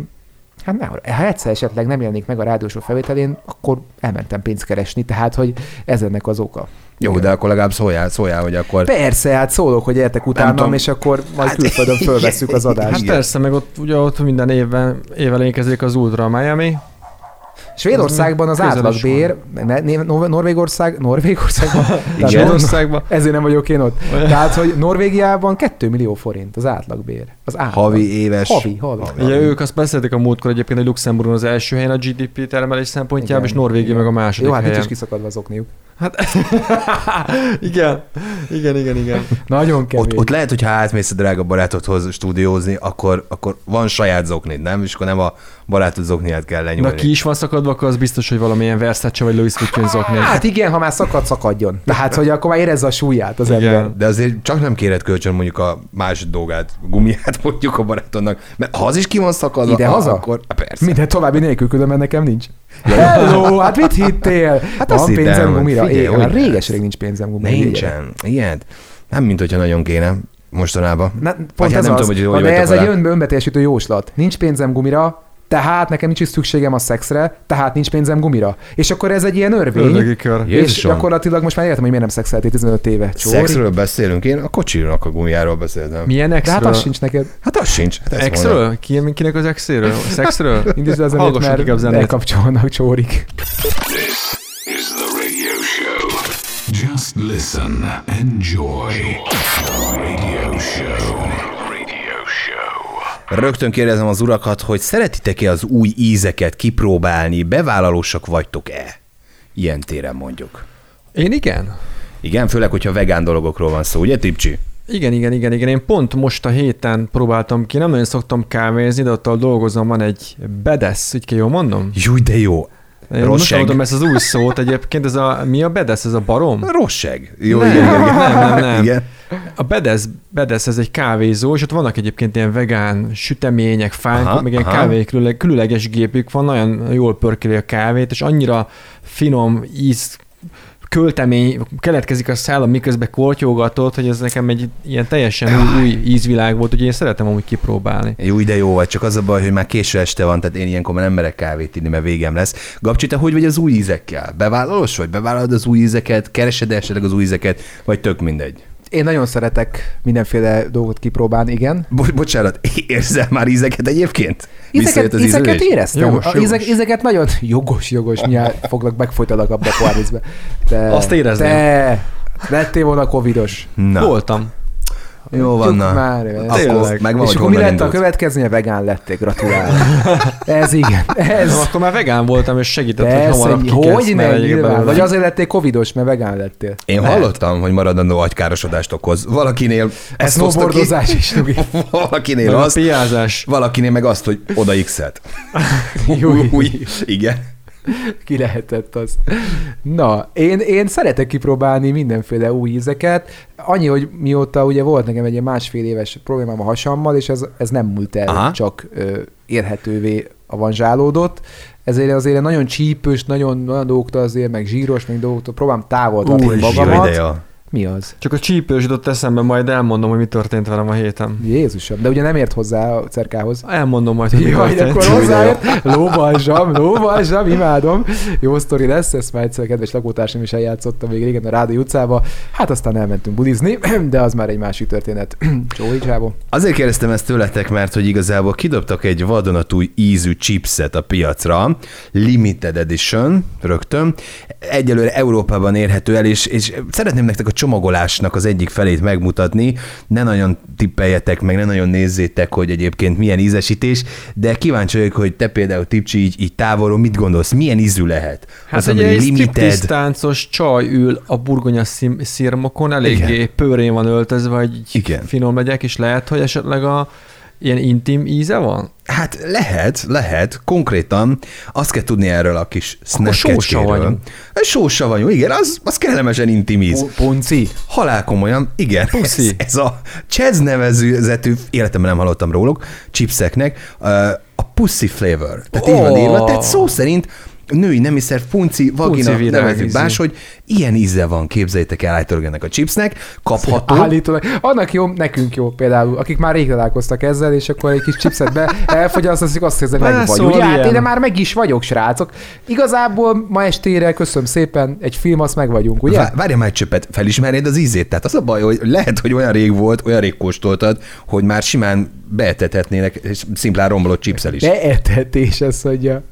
Speaker 3: Hát nem, ha egyszer esetleg nem jelenik meg a rádiósó felvételén, akkor elmentem pénzt keresni, tehát hogy ez ennek az oka.
Speaker 1: Jó, de akkor legalább szóljál, szóljál, hogy akkor...
Speaker 3: Persze, hát szólok, hogy értek utánam,
Speaker 1: tudom.
Speaker 3: és akkor majd külföldön fölveszük az
Speaker 2: Hát
Speaker 3: adást.
Speaker 1: Igen.
Speaker 2: persze, meg ott ugye ott minden évben, évvel énkezik az Ultra Miami.
Speaker 3: Hát, Svédországban az
Speaker 2: Közel is
Speaker 3: átlagbér, ne- né- Nor- Norvégország, Norvégországban,
Speaker 1: Igen.
Speaker 3: tehát Nor-
Speaker 2: Svédországban.
Speaker 3: ezért nem vagyok én ott. Tehát, hogy Norvégiában 2 millió forint az átlagbér. Az átlag.
Speaker 1: Havi, éves...
Speaker 3: Havi, havi.
Speaker 2: Ugye ők azt beszélték a múltkor egyébként, hogy Luxemburgon az első helyen a GDP termelés szempontjában,
Speaker 3: Igen,
Speaker 2: és Norvégia
Speaker 3: igen.
Speaker 2: meg a második
Speaker 3: Jó, hát nincs
Speaker 2: helyen.
Speaker 3: is kiszakadva az okniuk.
Speaker 2: Hát, igen, igen, igen, igen.
Speaker 3: Nagyon kemény.
Speaker 1: Ott, ott lehet, hogy ha átmész a drága barátodhoz stúdiózni, akkor, akkor van saját zoknid, nem? És akkor nem a barátod zokniát kell lenyúlni.
Speaker 2: Na ki is van szakadva, akkor az biztos, hogy valamilyen Versace vagy Louis Vuitton zokni.
Speaker 3: Hát igen, ha már szakad, szakadjon. Tehát, hogy akkor már érezze a súlyát az
Speaker 2: Igen.
Speaker 3: ember.
Speaker 1: De azért csak nem kéred kölcsön mondjuk a más dolgát, gumiát mondjuk a barátodnak, mert ha az is ki van szakadva,
Speaker 3: Ide-haza?
Speaker 1: akkor Há, persze.
Speaker 3: Minden további nélkül, különben nekem nincs. Hello, hát mit hittél? Hát
Speaker 1: azt
Speaker 3: van
Speaker 1: hittem,
Speaker 3: pénzem
Speaker 1: hogy
Speaker 3: gumira?
Speaker 1: figyelj,
Speaker 3: Figyelj,
Speaker 1: hogy
Speaker 3: már
Speaker 1: lesz.
Speaker 3: réges rég nincs pénzem gumira.
Speaker 1: Nincsen. Ilyen. Nem, mint hogyha nagyon kéne mostanában.
Speaker 3: Na,
Speaker 1: Vagy
Speaker 3: pont
Speaker 1: hát
Speaker 3: ez
Speaker 1: nem
Speaker 3: az.
Speaker 1: tudom, hogy jól
Speaker 3: Na, de
Speaker 1: jöttek
Speaker 3: ez
Speaker 1: alá.
Speaker 3: egy ön, önbetésítő jóslat. Nincs pénzem gumira, tehát nekem nincs is szükségem a szexre, tehát nincs pénzem gumira. És akkor ez egy ilyen örvény.
Speaker 2: Ördögi kör.
Speaker 1: Jézusom.
Speaker 3: És gyakorlatilag most már értem, hogy miért nem szexeltél 15 éve. Csóri.
Speaker 1: Szexről beszélünk, én a kocsinak a gumiáról beszéltem.
Speaker 2: Milyen
Speaker 3: De hát az
Speaker 2: exről?
Speaker 3: sincs neked.
Speaker 1: Hát az sincs. Hát ezt mondom.
Speaker 2: Exről? Ki, kinek az exéről? A Szexről?
Speaker 3: Indítsd be a zenét,
Speaker 2: Hallgassunk inkább
Speaker 3: mert
Speaker 2: zenét.
Speaker 3: elkapcsolnak csórik.
Speaker 4: This is the radio show. Just listen, enjoy. Radio show. Radio show.
Speaker 1: Rögtön kérdezem az urakat, hogy szeretitek-e az új ízeket kipróbálni, bevállalósak vagytok-e? Ilyen téren mondjuk.
Speaker 2: Én igen.
Speaker 1: Igen, főleg, hogyha vegán dologokról van szó, ugye Tipcsi?
Speaker 2: Igen, igen, igen, igen. Én pont most a héten próbáltam ki, nem nagyon szoktam kávézni, de ott ahol dolgozom, van egy bedesz, így kell jól mondom?
Speaker 1: Júj, de jó!
Speaker 2: Én most
Speaker 1: Rosseg.
Speaker 2: hallottam ezt az új szót egyébként, ez a, mi a bedesz, ez a barom?
Speaker 1: Rosseg. Jó,
Speaker 2: Nem,
Speaker 1: igen, igen.
Speaker 2: nem, nem, nem.
Speaker 1: igen.
Speaker 2: A bedesz, bedesz, ez egy kávézó, és ott vannak egyébként ilyen vegán sütemények,
Speaker 1: Aha,
Speaker 2: fánk, meg ilyen
Speaker 1: aha.
Speaker 2: kávé különleg, különleges gépük van, nagyon jól pörköli a kávét, és annyira finom íz költemény keletkezik a szállam, miközben kortyogatott, hogy ez nekem egy ilyen teljesen új, új ízvilág volt, ugye én szeretem amúgy kipróbálni.
Speaker 1: Jó, de jó vagy, csak az a baj, hogy már késő este van, tehát én ilyenkor már nem merek kávét inni, mert végem lesz. Gabcsi, te hogy vagy az új ízekkel? Bevállalós vagy? Bevállalod az új ízeket? Keresed esetleg az új ízeket? Vagy tök mindegy?
Speaker 3: Én nagyon szeretek mindenféle dolgot kipróbálni, igen.
Speaker 1: Bo- bocsánat, érzel már ízeket egyébként? Visszajött
Speaker 3: Ízeket,
Speaker 1: az
Speaker 3: ízeket
Speaker 1: ízlés?
Speaker 3: éreztem.
Speaker 2: Jogos,
Speaker 3: Jogos, a
Speaker 2: jogos.
Speaker 3: ízek, ízeket nagyon... Jogos, jogos, mindjárt foglak, megfojtalak abba a kvarnicbe. Te,
Speaker 2: Azt érezném.
Speaker 3: Te, lettél volna covidos.
Speaker 1: Na,
Speaker 2: Voltam.
Speaker 1: jó van,
Speaker 3: Tudjuk
Speaker 1: na.
Speaker 3: Már, ez.
Speaker 1: Akkor
Speaker 2: Tényleg.
Speaker 1: megvan,
Speaker 3: és
Speaker 1: hogy
Speaker 3: akkor mi
Speaker 1: honnan
Speaker 3: lett a
Speaker 1: indult.
Speaker 3: következménye? Vegán lették, gratulálok. Ez igen,
Speaker 2: Ez...
Speaker 3: ez.
Speaker 2: Akkor már vegán voltam, és segített, hogy
Speaker 3: Persze,
Speaker 2: hamarabb
Speaker 3: hogy
Speaker 2: kikelsz,
Speaker 3: hogy
Speaker 2: mert
Speaker 3: ne,
Speaker 2: egyik
Speaker 3: nyilván.
Speaker 2: belőle.
Speaker 3: Vagy azért lettél covidos, mert vegán lettél.
Speaker 1: Én hallottam, hogy maradandó agykárosodás okoz. Valakinél
Speaker 3: Ez
Speaker 1: ezt hozta ki,
Speaker 3: snowboardozás is, Nugi.
Speaker 1: valakinél
Speaker 2: Meg a
Speaker 1: azt,
Speaker 2: piázás.
Speaker 1: valakinél meg azt, hogy oda x-et.
Speaker 3: Júj.
Speaker 1: Új, igen.
Speaker 3: Ki lehetett az. Na, én, én szeretek kipróbálni mindenféle új ízeket. Annyi, hogy mióta ugye volt nekem egy ilyen másfél éves problémám a hasammal, és ez, ez nem múlt el,
Speaker 1: Aha.
Speaker 3: Aha. csak ö, érhetővé avanzsálódott. Ezért azért nagyon csípős, nagyon, nagyon dolgoktól azért, meg zsíros, meg dolgoktól próbálom távol tartani magamat.
Speaker 1: ideja.
Speaker 3: Mi az?
Speaker 2: Csak a csípős jutott eszembe, majd elmondom, hogy mi történt velem a héten.
Speaker 3: Jézusom, de ugye nem ért hozzá a cerkához.
Speaker 2: Elmondom majd, hogy mi
Speaker 3: Jaj, de
Speaker 2: történt.
Speaker 3: akkor hozzáért. Lóbalzsam, lóbalzsam, imádom. Jó sztori lesz, ezt már egyszer a kedves lakótársam is eljátszottam még régen a Rádi utcába. Hát aztán elmentünk bulizni, de az már egy másik történet. Csóri Csávó.
Speaker 1: Azért kérdeztem ezt tőletek, mert hogy igazából kidobtak egy vadonatúj ízű chipset a piacra, limited edition, rögtön, egyelőre Európában érhető el, és, és szeretném nektek a csomagolásnak az egyik felét megmutatni, ne nagyon tippeljetek meg, ne nagyon nézzétek, hogy egyébként milyen ízesítés, de kíváncsi vagyok, hogy te például Tipcsi így, így távolról mit gondolsz, milyen ízű lehet?
Speaker 2: Hát egy, egy striptease táncos csaj ül a burgonya szim- szirmokon, eléggé
Speaker 1: Igen.
Speaker 2: pőrén van öltözve, hogy
Speaker 1: Igen.
Speaker 2: Igen. finom legyek, és lehet, hogy esetleg a ilyen intim íze van?
Speaker 1: Hát lehet, lehet, konkrétan azt kell tudni erről a kis snackecskéről.
Speaker 2: sósavanyú.
Speaker 1: Sósavanyú, igen, az, az kellemesen intim íz.
Speaker 3: Po- Ponci.
Speaker 1: Halál komolyan, igen.
Speaker 2: Puszi.
Speaker 1: Ez, ez a Chaz nevezetű, életemben nem hallottam róluk, chipseknek, ö, a Pussy Flavor. Tehát így van
Speaker 2: Ó.
Speaker 1: írva, tehát szó szerint női nemiszer, funci, vagina,
Speaker 2: Punci virág
Speaker 1: nevezik
Speaker 2: ízű.
Speaker 1: más, hogy ilyen íze van, képzeljétek el állítólag ennek a chipsnek, kapható.
Speaker 3: Állítólag. Annak jó, nekünk jó például, akik már rég találkoztak ezzel, és akkor egy kis chipset be elfogyasztasz, azt hiszem, meg vagy.
Speaker 2: Vászol
Speaker 3: Ugye,
Speaker 2: ilyen.
Speaker 3: hát én már meg is vagyok, srácok. Igazából ma estére, köszönöm szépen, egy film, azt meg vagyunk, ugye?
Speaker 1: Vá- Várjál már egy csöppet, felismernéd az ízét? Tehát az a baj, hogy lehet, hogy olyan rég volt, olyan rég kóstoltad, hogy már simán beetethetnének és szimplán rombolott chipszel is.
Speaker 3: Beetetés, ez mondja.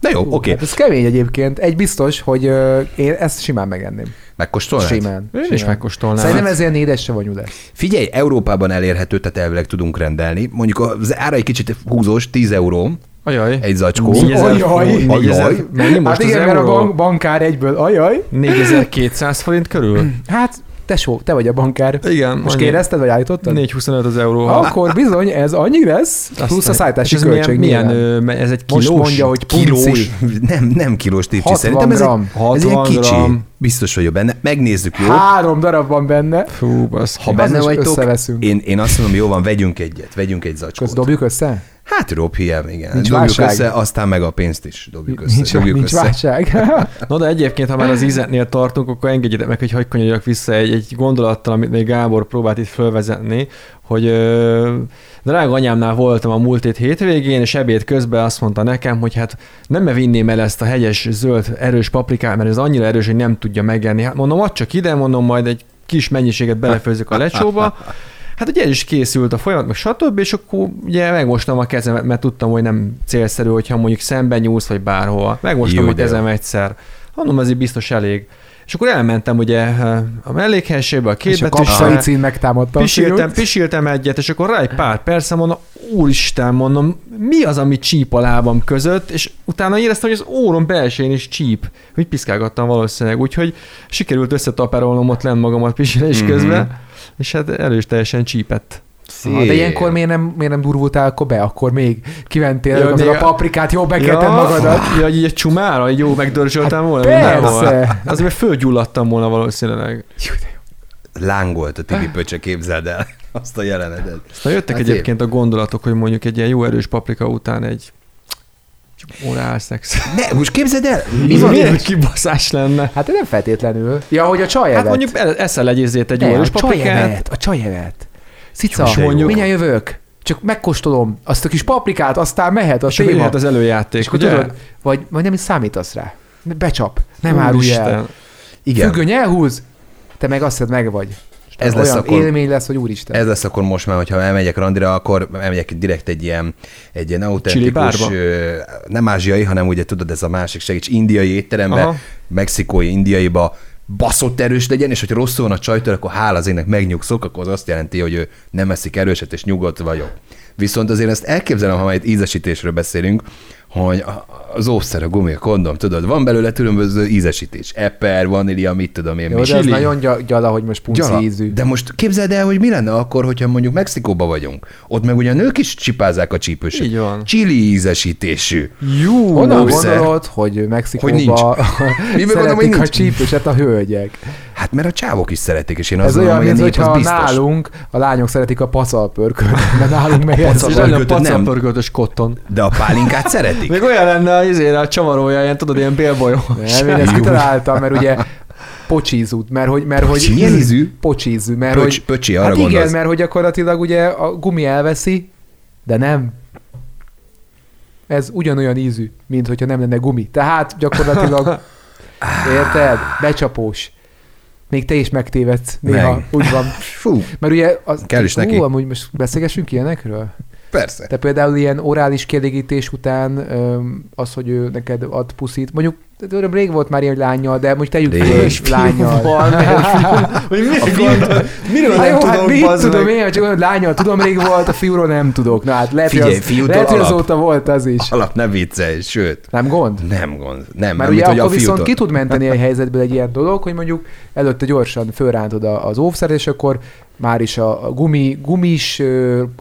Speaker 1: Na jó, oké. Okay.
Speaker 3: Hát ez kemény egyébként. Egy biztos, hogy ö, én ezt simán megenném.
Speaker 1: Megkóstolnád?
Speaker 3: Simán.
Speaker 2: Én is
Speaker 3: simán.
Speaker 2: megkóstolnám.
Speaker 3: Szerintem ez ilyen édes savanyú lesz.
Speaker 1: Figyelj, Európában elérhető, tehát elvileg tudunk rendelni. Mondjuk az ára egy kicsit húzós, 10 euró,
Speaker 2: Ajaj.
Speaker 1: Egy zacskó.
Speaker 3: Négyezer- Ajaj.
Speaker 1: Ajaj.
Speaker 2: Mennyi most
Speaker 3: Hát igen,
Speaker 2: az
Speaker 3: mert a
Speaker 2: euró?
Speaker 3: bank, bankár egyből, ajaj.
Speaker 2: 4200 forint körül?
Speaker 3: Hát, tesó, te vagy a bankár.
Speaker 2: Igen.
Speaker 3: Most kérezted, vagy állítottad?
Speaker 2: 425 az euró.
Speaker 3: Akkor bizony, ez annyi lesz,
Speaker 2: Azt
Speaker 3: plusz a
Speaker 2: meg-
Speaker 3: szállítási
Speaker 2: és ez milyen-
Speaker 3: költség.
Speaker 2: Milyen,
Speaker 3: nyilván.
Speaker 2: ö, me- ez egy kilós?
Speaker 3: Most mondja, hogy
Speaker 1: Kilós,
Speaker 3: punci.
Speaker 1: nem, nem kilós tipcsi,
Speaker 3: 60
Speaker 1: szerintem ez egy,
Speaker 3: gram.
Speaker 1: ez
Speaker 2: 60
Speaker 1: ilyen kicsi.
Speaker 2: gram.
Speaker 1: Biztos vagyok benne. Megnézzük, jó?
Speaker 3: Három darab van benne.
Speaker 2: Fú, baszki.
Speaker 1: ha benne
Speaker 3: is
Speaker 1: vagytok,
Speaker 3: összeveszünk.
Speaker 1: én, én azt mondom, jó van, vegyünk egyet, vegyünk egy zacskót.
Speaker 3: Közt dobjuk össze?
Speaker 1: Hát rob hiány, igen.
Speaker 3: Nincs
Speaker 1: dobjuk
Speaker 3: válság.
Speaker 1: össze, aztán meg a pénzt is dobjuk össze.
Speaker 3: Nincs,
Speaker 1: dobjuk
Speaker 3: nincs
Speaker 1: össze.
Speaker 3: válság.
Speaker 2: Na de egyébként, ha már az ízetnél tartunk, akkor engedjétek meg, hogy hagyj vissza egy, egy gondolattal, amit még Gábor próbált itt fölvezetni, hogy ö, drága anyámnál voltam a múlt hét hétvégén, és ebéd közben azt mondta nekem, hogy hát nem -e vinném el ezt a hegyes, zöld, erős paprikát, mert ez annyira erős, hogy nem tudja megenni. Hát mondom, add csak ide, mondom, majd egy kis mennyiséget belefőzök a lecsóba. Hát ugye el is készült a folyamat, meg stb., és akkor ugye megmostam a kezemet, mert tudtam, hogy nem célszerű, hogyha mondjuk szemben nyúlsz, vagy bárhol. Megmostam
Speaker 1: Jó,
Speaker 2: a
Speaker 1: de jó.
Speaker 2: kezem egyszer. Mondom, azért biztos elég. És akkor elmentem ugye eh, a mellékhelyesébe, a
Speaker 3: és a
Speaker 2: kétbetűs
Speaker 3: kapszai cím megtámadta. a
Speaker 2: Pisiltem,
Speaker 3: fiút.
Speaker 2: pisiltem egyet, és akkor rá egy pár persze mondom, úristen, mondom, mi az, ami csíp a lábam között, és utána éreztem, hogy az órom belsején is csíp, hogy piszkálgattam valószínűleg, úgyhogy sikerült összetaperolnom ott lent magamat pisilés
Speaker 1: Mhm.
Speaker 2: közben, és hát erős teljesen csípett.
Speaker 1: Szép.
Speaker 3: Ah, de ilyenkor miért nem, miért nem durvultál akkor be? Akkor még kimentél,
Speaker 2: Jaj,
Speaker 3: ja, az a
Speaker 2: még a-
Speaker 3: paprikát, jó bekelted
Speaker 2: Ja,
Speaker 3: magadat. Hát
Speaker 2: Ja, hogy így egy csumára, így jó megdörzsöltem volna mindenhol.
Speaker 3: Persze.
Speaker 2: Hát Azért mert fölgyulladtam volna valószínűleg.
Speaker 1: Lángolt a Tibi Pöcse, képzeld el azt a jelenetet.
Speaker 2: Na jöttek
Speaker 1: Hát
Speaker 2: hát egyébként a gondolatok, hogy mondjuk egy ilyen jó erős paprika után egy orál szex.
Speaker 1: Ne, most képzeld el, mi
Speaker 2: Mi
Speaker 1: van?
Speaker 2: Milyen kibaszás lenne?
Speaker 3: Hát nem feltétlenül. Ja, hogy a csaj
Speaker 2: Hát
Speaker 3: evett.
Speaker 2: mondjuk el- eszel legyézzét egy
Speaker 3: Ne,
Speaker 2: jó erős
Speaker 3: a csaj
Speaker 2: paprikát.
Speaker 3: evett, a csaj evett. Cica,
Speaker 1: Most
Speaker 3: mondjuk...
Speaker 1: mondjuk-
Speaker 3: mindjárt jövök. Csak megkóstolom azt a kis paprikát, aztán mehet a
Speaker 2: És akkor
Speaker 3: téma.
Speaker 2: jöhet az
Speaker 3: és
Speaker 2: előjáték,
Speaker 3: akkor
Speaker 2: ugye?
Speaker 3: tudod, vagy, vagy nem is számítasz rá. Becsap, nem árulj el.
Speaker 2: Úristen.
Speaker 1: Igen,
Speaker 3: Függöny elhúz, te meg azt hiszed meg vagy. És
Speaker 1: Ez
Speaker 3: olyan
Speaker 1: lesz akkor-
Speaker 3: élmény lesz, hogy úristen.
Speaker 1: ez lesz akkor most már, hogyha elmegyek randira, akkor elmegyek direkt egy ilyen, egy ilyen autentikus,
Speaker 2: bárba?
Speaker 1: ö, nem ázsiai, hanem ugye tudod, ez a másik segíts, indiai étterembe,
Speaker 2: Aha.
Speaker 1: Aha. mexikói, indiaiba baszott erős legyen, és hogyha rosszul van a csajtól, akkor hála az énnek megnyugszok, akkor az azt jelenti, hogy ő nem eszik erőset, és nyugodt vagyok. Viszont azért ezt elképzelem, ha már itt ízesítésről beszélünk, hogy a- az ószer, a gumi, a kondom, tudod, van belőle különböző ízesítés. Eper, vanília, mit tudom én.
Speaker 3: Jó,
Speaker 1: mi.
Speaker 3: de ez
Speaker 2: Chili.
Speaker 3: nagyon gy- gyala, hogy most punci
Speaker 1: Gyala,
Speaker 3: ízű.
Speaker 1: de most képzeld el, hogy mi lenne akkor, hogyha mondjuk Mexikóba vagyunk. Ott meg ugye a nők is csipázzák a csípőset.
Speaker 2: Így van.
Speaker 1: Chili ízesítésű.
Speaker 2: Jú,
Speaker 3: Honnan
Speaker 1: Lószer.
Speaker 3: gondolod, hogy Mexikóban
Speaker 1: Hogy nincs.
Speaker 3: hogy
Speaker 1: Miben gondolom, hogy
Speaker 3: szeretik a
Speaker 1: nincs?
Speaker 3: csípőset a hölgyek?
Speaker 1: Hát mert a csávok is szeretik, és én
Speaker 3: Ez
Speaker 1: azt
Speaker 3: olyan,
Speaker 1: gondolom, hogy
Speaker 3: mint
Speaker 1: a nép az
Speaker 3: hogyha
Speaker 1: biztos.
Speaker 3: nálunk a lányok szeretik a pacalpörkölt, de nálunk meg
Speaker 2: Ez
Speaker 3: ez
Speaker 2: is
Speaker 1: pacalpörkölt.
Speaker 2: lenne a
Speaker 1: pörköltöt nem.
Speaker 2: pacalpörköltös kotton.
Speaker 1: De a pálinkát szeretik.
Speaker 2: Még olyan lenne az izére a csavarója, ilyen tudod, ilyen bélbolyós.
Speaker 3: Nem, én ezt kitaláltam, mert ugye pocsízút, mert hogy... Mert, hogy
Speaker 1: Pocsi? Milyen ízű?
Speaker 3: Pocsízű, mert
Speaker 1: Pöcs-
Speaker 3: hogy...
Speaker 1: pöcsi, arra
Speaker 3: hát igen,
Speaker 1: gondolsz.
Speaker 3: mert hogy gyakorlatilag ugye a gumi elveszi, de nem. Ez ugyanolyan ízű, mint hogyha nem lenne gumi. Tehát gyakorlatilag, érted? Becsapós. Még te is megtévedsz néha,
Speaker 1: Meg.
Speaker 3: úgy van.
Speaker 1: Fú,
Speaker 3: Mert ugye... Az,
Speaker 1: Kell is
Speaker 3: Hú,
Speaker 1: neki.
Speaker 3: amúgy most beszélgessünk ilyenekről?
Speaker 1: persze.
Speaker 3: Te például ilyen orális kielégítés után öm, az, hogy ő neked ad puszit, mondjuk tudom, rég volt már ilyen hogy lányjal, de most tegyük
Speaker 1: Rég.
Speaker 3: föl, hogy lányjal.
Speaker 2: Hogy miért gondolod? Miről
Speaker 3: Hát
Speaker 2: nem
Speaker 3: jó, hát
Speaker 2: tudom,
Speaker 3: mit
Speaker 2: bazd
Speaker 3: tudom
Speaker 2: meg?
Speaker 3: én, hogy csak olyan lányjal tudom, rég volt, a fiúról nem tudok. Na hát lehet,
Speaker 1: Figyelj,
Speaker 3: hogy az,
Speaker 1: fiútól
Speaker 3: lehet, hogy
Speaker 1: alap.
Speaker 3: azóta volt az is.
Speaker 1: Alap ne viccelj, sőt.
Speaker 3: Nem gond?
Speaker 1: Nem gond. Nem,
Speaker 3: Mert
Speaker 1: nem mint,
Speaker 3: ugye
Speaker 1: hogy
Speaker 3: akkor
Speaker 1: a
Speaker 3: viszont
Speaker 1: fiútól.
Speaker 3: ki tud menteni egy helyzetből egy ilyen dolog, hogy mondjuk előtte gyorsan fölrántod a- az óvszert, és akkor már is a a gumi, gumis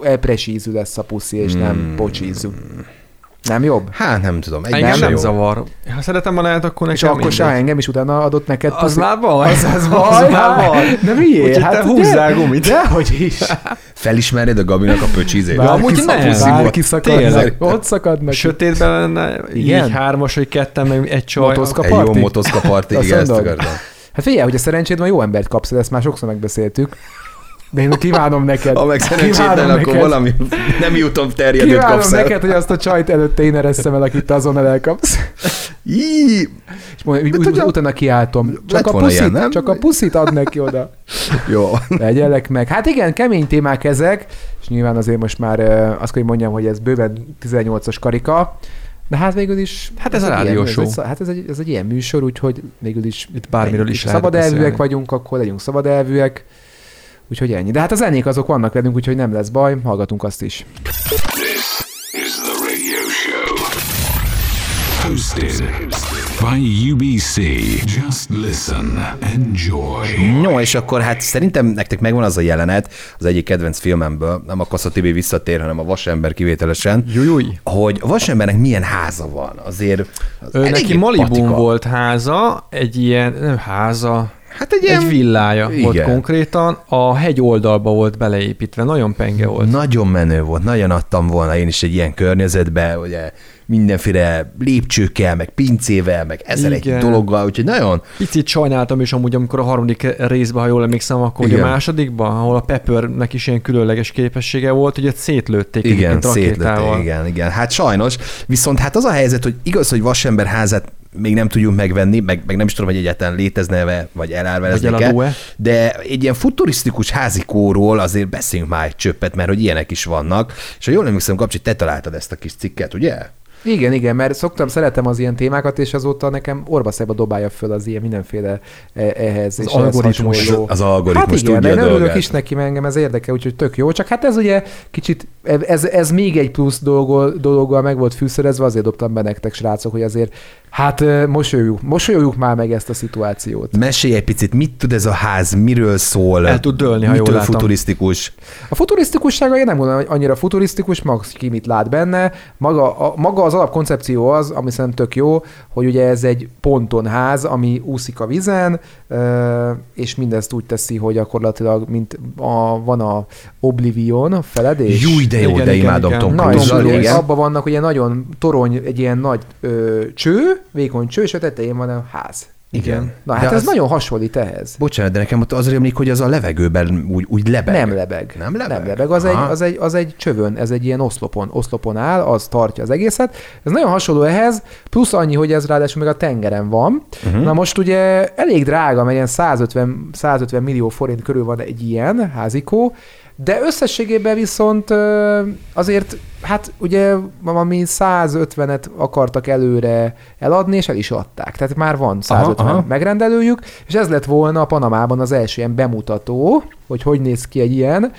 Speaker 3: elpresízű lesz a puszi, és nem
Speaker 2: Hmm.
Speaker 1: Mm.
Speaker 3: pocsízű. Nem jobb?
Speaker 1: Hát nem tudom. Egy
Speaker 2: Engem
Speaker 1: nem,
Speaker 2: nem
Speaker 1: nem
Speaker 2: zavar. Ha szeretem a lehet, akkor
Speaker 3: És
Speaker 2: nekem
Speaker 3: akkor se
Speaker 2: mindegy.
Speaker 3: engem is utána adott neked
Speaker 2: Az
Speaker 3: puszi.
Speaker 2: már baj.
Speaker 3: Az, az
Speaker 2: Az
Speaker 3: baj.
Speaker 2: már
Speaker 3: hát.
Speaker 2: baj.
Speaker 3: De miért?
Speaker 2: Úgyhogy te
Speaker 3: ugye?
Speaker 2: húzzál gumit.
Speaker 3: Dehogy is.
Speaker 1: Felismered a Gabinak a pöcsizét?
Speaker 2: Bár- amúgy nem.
Speaker 3: Bárki
Speaker 2: Tényleg.
Speaker 3: szakadnak. Ott szakadnak.
Speaker 2: Sötétben lenne,
Speaker 3: Igen?
Speaker 2: így hármas, vagy ketten, meg egy csaj.
Speaker 3: Motoszka-
Speaker 1: Egy jó
Speaker 3: parti.
Speaker 1: motoszka parti,
Speaker 3: Azt
Speaker 1: igen, ezt
Speaker 3: mondod?
Speaker 1: akartam.
Speaker 3: Hát figyelj, hogy a szerencséd van, jó embert kapsz, ezt már sokszor megbeszéltük. De én kívánom neked.
Speaker 1: Ha meg szerencsétlen,
Speaker 3: Kívánom
Speaker 1: akkor
Speaker 3: neked.
Speaker 1: valami nem jutom terjedőt
Speaker 3: Kívánom
Speaker 1: kapsz el.
Speaker 3: neked, hogy azt a csajt előtte én eresztem el, akit te azonnal elkapsz.
Speaker 1: Í,
Speaker 3: És mondja, úgy,
Speaker 1: tudja-
Speaker 3: utána kiáltom. Csak
Speaker 1: Lett
Speaker 3: a
Speaker 1: volna
Speaker 3: puszit,
Speaker 1: ilyen, nem?
Speaker 3: csak a puszit ad neki oda.
Speaker 1: Jó.
Speaker 3: Legyelek meg. Hát igen, kemény témák ezek, és nyilván azért most már ö, azt kell, hogy mondjam, hogy ez bőven 18-as karika, de hát végül is...
Speaker 2: Hát ez a
Speaker 3: egy
Speaker 2: rádió
Speaker 3: ilyen-
Speaker 2: show.
Speaker 3: Ez egy, hát ez egy, ez egy ilyen műsor, úgyhogy végül is...
Speaker 2: Itt bármiről
Speaker 3: ennyi.
Speaker 2: is lehet
Speaker 3: Szabad
Speaker 2: beszélni.
Speaker 3: elvűek vagyunk, akkor legyünk szabad elvűek. Úgyhogy ennyi. De hát a zenék azok vannak velünk, úgyhogy nem lesz baj, hallgatunk azt is.
Speaker 4: Is the radio Radio Show. Hosted by UBC. Just listen, enjoy.
Speaker 1: No, és akkor hát szerintem nektek megvan az a jelenet az egyik kedvenc filmemből, nem a Kassa Tibi visszatér, hanem a Vasember kivételesen,
Speaker 2: Jújúj.
Speaker 1: hogy a Vasembernek milyen háza van. Azért az
Speaker 2: Ő
Speaker 1: eléggé
Speaker 2: neki Malibón
Speaker 1: patika.
Speaker 2: volt háza, egy ilyen, nem háza,
Speaker 1: Hát egy ilyen...
Speaker 2: egy villája Igen. volt
Speaker 1: igen.
Speaker 2: konkrétan, a hegy oldalba volt beleépítve, nagyon penge volt.
Speaker 1: Nagyon menő volt, nagyon adtam volna én is egy ilyen környezetbe, ugye mindenféle lépcsőkkel, meg pincével, meg ezer egy
Speaker 2: Igen.
Speaker 1: dologgal, úgyhogy nagyon,
Speaker 2: Picit sajnáltam is amúgy, amikor a harmadik részben, ha jól emlékszem, akkor ugye a
Speaker 1: Igen.
Speaker 2: másodikban, ahol a Peppernek is ilyen különleges képessége volt, ugye szétlőtték
Speaker 1: igen,
Speaker 2: egyébként
Speaker 1: szétlőtte,
Speaker 2: rakétával.
Speaker 1: igen, igen. Hát sajnos, viszont hát az a helyzet, hogy igaz, hogy vasember házát még nem tudjuk megvenni, meg, meg nem is tudom, hogy egyáltalán létezne-e, vagy
Speaker 2: Vagy
Speaker 1: elárverezni
Speaker 2: eladó-e?
Speaker 1: de egy ilyen futurisztikus házikóról azért beszéljünk már egy csöppet, mert hogy ilyenek is vannak, és ha jól emlékszem, Kapcsi, te találtad ezt a kis cikket, ugye?
Speaker 3: Igen, igen, mert szoktam, szeretem az ilyen témákat, és azóta nekem orvaszába dobálja föl az ilyen mindenféle eh- ehhez.
Speaker 2: Az
Speaker 3: és ehhez
Speaker 2: algoritmus.
Speaker 3: hasonló.
Speaker 1: Az algoritmus
Speaker 3: hát igen,
Speaker 1: tudja
Speaker 3: én
Speaker 1: a
Speaker 3: örülök
Speaker 1: dolgát.
Speaker 3: is neki, mert engem ez érdekel, úgyhogy tök jó. Csak hát ez ugye kicsit, ez, ez még egy plusz dolgol, dologgal meg volt fűszerezve, azért dobtam be nektek, srácok, hogy azért hát eh, mosolyogjuk, mosolyogjuk már meg ezt a szituációt.
Speaker 1: Mesélj egy picit, mit tud ez a ház, miről szól,
Speaker 2: El tud dőlni, ha
Speaker 1: mitől
Speaker 2: jól látom.
Speaker 1: futurisztikus.
Speaker 3: A futurisztikussága, én nem gondolom, hogy annyira futurisztikus, max ki mit lát benne. Maga, a, maga az alapkoncepció az, ami szerintem tök jó, hogy ugye ez egy ponton ház, ami úszik a vizen, ö, és mindezt úgy teszi, hogy gyakorlatilag, mint a, van a Oblivion, a feledés.
Speaker 1: Júj, de jó,
Speaker 2: Igen,
Speaker 1: de
Speaker 2: igen,
Speaker 1: imádom
Speaker 2: igen.
Speaker 1: Tom
Speaker 3: Na, és
Speaker 1: Cruise-zal,
Speaker 3: ugye
Speaker 1: igen.
Speaker 3: abban vannak ugye nagyon torony, egy ilyen nagy ö, cső, vékony cső, és a tetején van a ház.
Speaker 1: Igen.
Speaker 3: Na
Speaker 1: De
Speaker 3: hát ez
Speaker 1: az-
Speaker 3: nagyon hasonlít ehhez.
Speaker 1: Bocsánat, de nekem ott az rémlik, hogy az a levegőben úgy, úgy lebeg.
Speaker 3: Nem lebeg.
Speaker 1: Nem lebeg?
Speaker 3: Nem lebeg. Az, egy,
Speaker 1: Aha.
Speaker 3: az, egy, az egy csövön, ez egy ilyen oszlopon, oszlopon áll, az tartja az egészet. Ez nagyon hasonló ehhez, plusz annyi, hogy ez ráadásul meg a tengeren van.
Speaker 1: Mhm.
Speaker 3: Uh-huh. Na most ugye elég drága, mert ilyen 150, 150 millió forint körül van egy ilyen házikó, de összességében viszont ö, azért, hát ugye valami 150-et akartak előre eladni, és el is adták. Tehát már van 150
Speaker 1: aha.
Speaker 3: megrendelőjük, és ez lett volna Panamában az első ilyen bemutató, hogy hogy néz ki egy ilyen,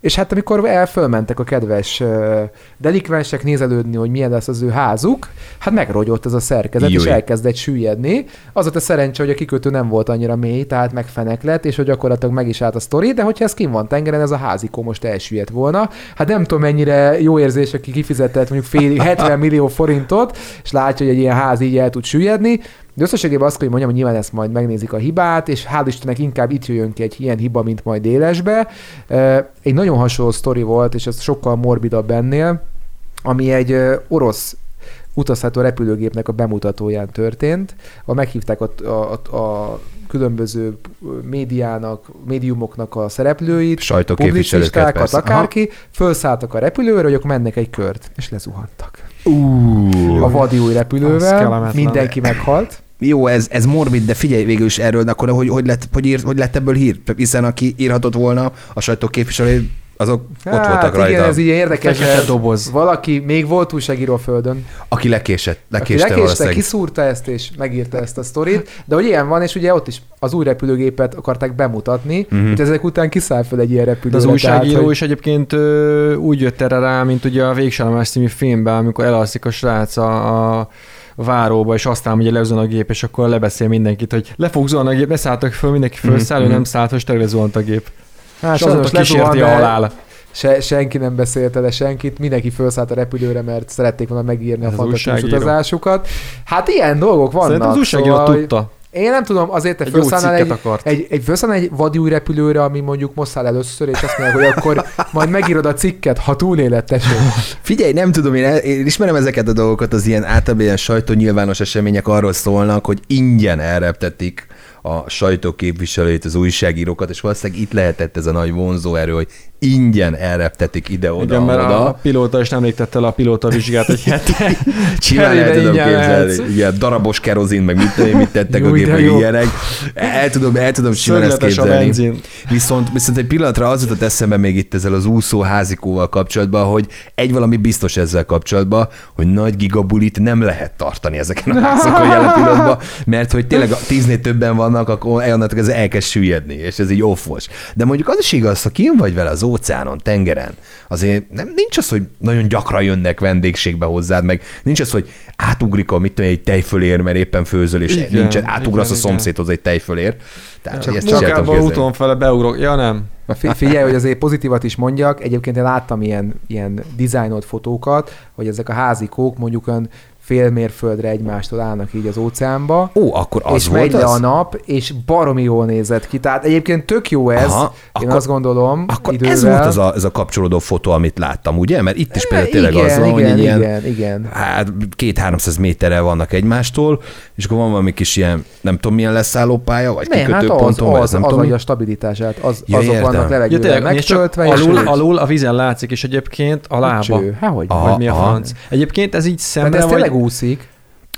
Speaker 3: és hát amikor elfölmentek a kedves ö, delikvensek nézelődni, hogy milyen lesz az ő házuk, hát megrogyott ez a szerkezet, Júj. és
Speaker 1: Júj.
Speaker 3: elkezdett süllyedni. Az volt a szerencse, hogy a kikötő nem volt annyira mély, tehát megfeneklett, és hogy gyakorlatilag meg is állt a sztori, de hogyha ez kim van tengeren, ez a házikó most elsüllyedt volna. Hát nem tudom, mennyire jó érzés, aki kifizetett mondjuk fél, 70 millió forintot, és látja, hogy egy ilyen ház így el tud süllyedni. De összességében azt kell, hogy mondjam, hogy nyilván ezt majd megnézik a hibát, és hál' Istennek inkább itt jöjjön ki egy ilyen hiba, mint majd élesbe. Ö, Egy nagyon hasonló sztori volt, és ez sokkal morbidabb ennél, ami egy ö, orosz utazható repülőgépnek a bemutatóján történt. A meghívták a, a, a különböző médiának, médiumoknak a szereplőit,
Speaker 1: Sajtóképviselőket
Speaker 3: publicistákat,
Speaker 1: persze.
Speaker 3: akárki, felszálltak a repülőre, hogy ők mennek egy kört, és lezuhantak.
Speaker 1: Ú,
Speaker 3: A vadi új
Speaker 2: Az
Speaker 3: repülővel
Speaker 2: kellemetlen.
Speaker 3: mindenki meghalt.
Speaker 1: jó, ez, ez morbid, de figyelj végül is erről, de akkor hogy, hogy, lett, hogy, ír, hogy lett ebből hír? Hiszen aki írhatott volna, a sajtóképviselői, azok ott voltak
Speaker 3: igen,
Speaker 1: rajta.
Speaker 3: Hát, ez így érdekes.
Speaker 2: Fekete
Speaker 3: mert
Speaker 2: doboz.
Speaker 3: Valaki még volt újságíró a földön.
Speaker 1: Aki lekésett,
Speaker 3: Aki
Speaker 1: lekéste
Speaker 3: lekéste,
Speaker 1: valószínűleg.
Speaker 3: kiszúrta Hát- ezt, és megírta ezt a sztorit, de hogy ilyen van, és ugye ott is az új repülőgépet akarták bemutatni, mm-hmm. úgyhogy ezek után kiszáll fel egy ilyen repülő.
Speaker 2: De az újságíró
Speaker 3: hogy...
Speaker 2: is egyébként ö, úgy jött erre rá, mint ugye a Végsállomás című filmben, amikor elalszik a srác a, a váróba, és aztán ugye leuzon a gép, és akkor lebeszél mindenkit, hogy le fog zuhanni a gép, beszálltak föl, mindenki
Speaker 1: Mm-hmm.
Speaker 2: felszáll, ő nem szállt, és tényleg lezuhant a gép.
Speaker 3: Hát,
Speaker 2: és azóta
Speaker 3: sajnos lezuhan,
Speaker 2: kísérti a
Speaker 3: de
Speaker 2: halál.
Speaker 3: Se, senki nem beszélte le senkit, mindenki felszállt a repülőre, mert szerették volna megírni
Speaker 2: Ez
Speaker 3: a
Speaker 2: az
Speaker 3: fantasztikus
Speaker 2: újságíró.
Speaker 3: utazásukat. Hát ilyen dolgok vannak.
Speaker 2: Szerintem az újságíró
Speaker 3: szóval, hogy-
Speaker 2: tudta.
Speaker 3: Én nem tudom, azért te
Speaker 2: Egy jó
Speaker 3: felszállnál
Speaker 2: cikket
Speaker 3: egy,
Speaker 2: akart.
Speaker 3: egy, egy, felszállnál egy vadi új repülőre, ami mondjuk most száll először, és azt mondják, hogy akkor majd megírod a cikket, ha túléled, tessék.
Speaker 1: Figyelj, nem tudom, én, el- én ismerem ezeket a dolgokat, az ilyen általában ilyen sajtónyilvános események arról szólnak, hogy ingyen elreptetik a sajtóképviselőit, az újságírókat, és valószínűleg itt lehetett ez a nagy vonzó erő, hogy ingyen elreptetik ide-oda,
Speaker 2: Igen, mert
Speaker 1: oda.
Speaker 2: a pilóta is nem végtette le a pilóta vizsgát egy hete.
Speaker 1: Simán
Speaker 2: cserébe
Speaker 1: el tudom
Speaker 2: ingyen hát,
Speaker 1: képzelni.
Speaker 2: lehetsz.
Speaker 1: Igen, darabos kerozin, meg mit, tudom én, mit tettek a
Speaker 3: Júj, de
Speaker 1: gépre,
Speaker 3: jó.
Speaker 1: ilyenek. El tudom, el tudom simán ezt
Speaker 2: Szörnyetes a
Speaker 1: képzelni.
Speaker 2: benzin.
Speaker 1: Viszont, viszont egy pillanatra az jutott eszembe még itt ezzel az úszó házikóval kapcsolatban, hogy egy valami biztos ezzel kapcsolatban, hogy nagy gigabulit nem lehet tartani ezeken a házakon jelen pillanatban, mert hogy tényleg a tíznél többen vannak, akkor onnantól ez elkezd süllyedni, és ez így offos. De mondjuk az is igaz, ha kim vagy vele az óceánon, tengeren, azért nem, nincs az, hogy nagyon gyakran jönnek vendégségbe hozzád, meg nincs az, hogy átugrik a mit tudom, én, egy tejfölér, mert éppen főzöl, és
Speaker 2: Igen,
Speaker 1: igen, nincs, átugrasz
Speaker 2: igen,
Speaker 1: a
Speaker 2: igen.
Speaker 1: szomszédhoz egy tejfölér. Tehát
Speaker 2: Csak
Speaker 1: ezt is el tudom
Speaker 2: munkába
Speaker 1: képzelni.
Speaker 2: úton fele beugrok. Ja nem.
Speaker 3: Fi- Figyelj, hogy azért pozitívat is mondjak. Egyébként én láttam ilyen, ilyen dizájnolt fotókat, hogy ezek a házikók mondjuk olyan fél mérföldre egymástól állnak így az óceánba,
Speaker 1: Ó, akkor az
Speaker 3: és megy
Speaker 1: volt
Speaker 3: le
Speaker 1: az?
Speaker 3: a nap, és baromi jól nézett ki. Tehát egyébként tök jó ez,
Speaker 1: Aha,
Speaker 3: Aha, én
Speaker 1: akkor-
Speaker 3: azt gondolom.
Speaker 1: Akkor
Speaker 3: idővel.
Speaker 1: ez volt az a, ez a kapcsolódó fotó, amit láttam, ugye? Mert itt is például tényleg
Speaker 3: igen,
Speaker 1: az van, hogy
Speaker 3: igen,
Speaker 1: egy ilyen
Speaker 3: igen, igen.
Speaker 1: hát két-háromszáz méterrel vannak egymástól, és akkor van valami kis ilyen, nem tudom milyen leszállópálya, vagy
Speaker 3: Nem, hát az,
Speaker 1: kikötőponton, vagy
Speaker 3: az,
Speaker 1: nem
Speaker 3: az
Speaker 1: tudom.
Speaker 3: adja a stabilitását, az,
Speaker 1: Ja,
Speaker 3: azok
Speaker 1: értem.
Speaker 3: vannak
Speaker 2: Ja,
Speaker 3: levegővel
Speaker 2: tényleg, és csak
Speaker 3: megtöltve, és
Speaker 2: alul,
Speaker 3: úgy.
Speaker 2: alul a vízen látszik, és egyébként a lába.
Speaker 3: Cső. Há, hogy?
Speaker 1: Aha,
Speaker 2: Vagy mi a
Speaker 1: Hát, aha.
Speaker 2: franc. Egyébként ez így
Speaker 3: Mert
Speaker 2: szemre
Speaker 3: Hát ez
Speaker 2: vagy...
Speaker 3: tényleg úszik.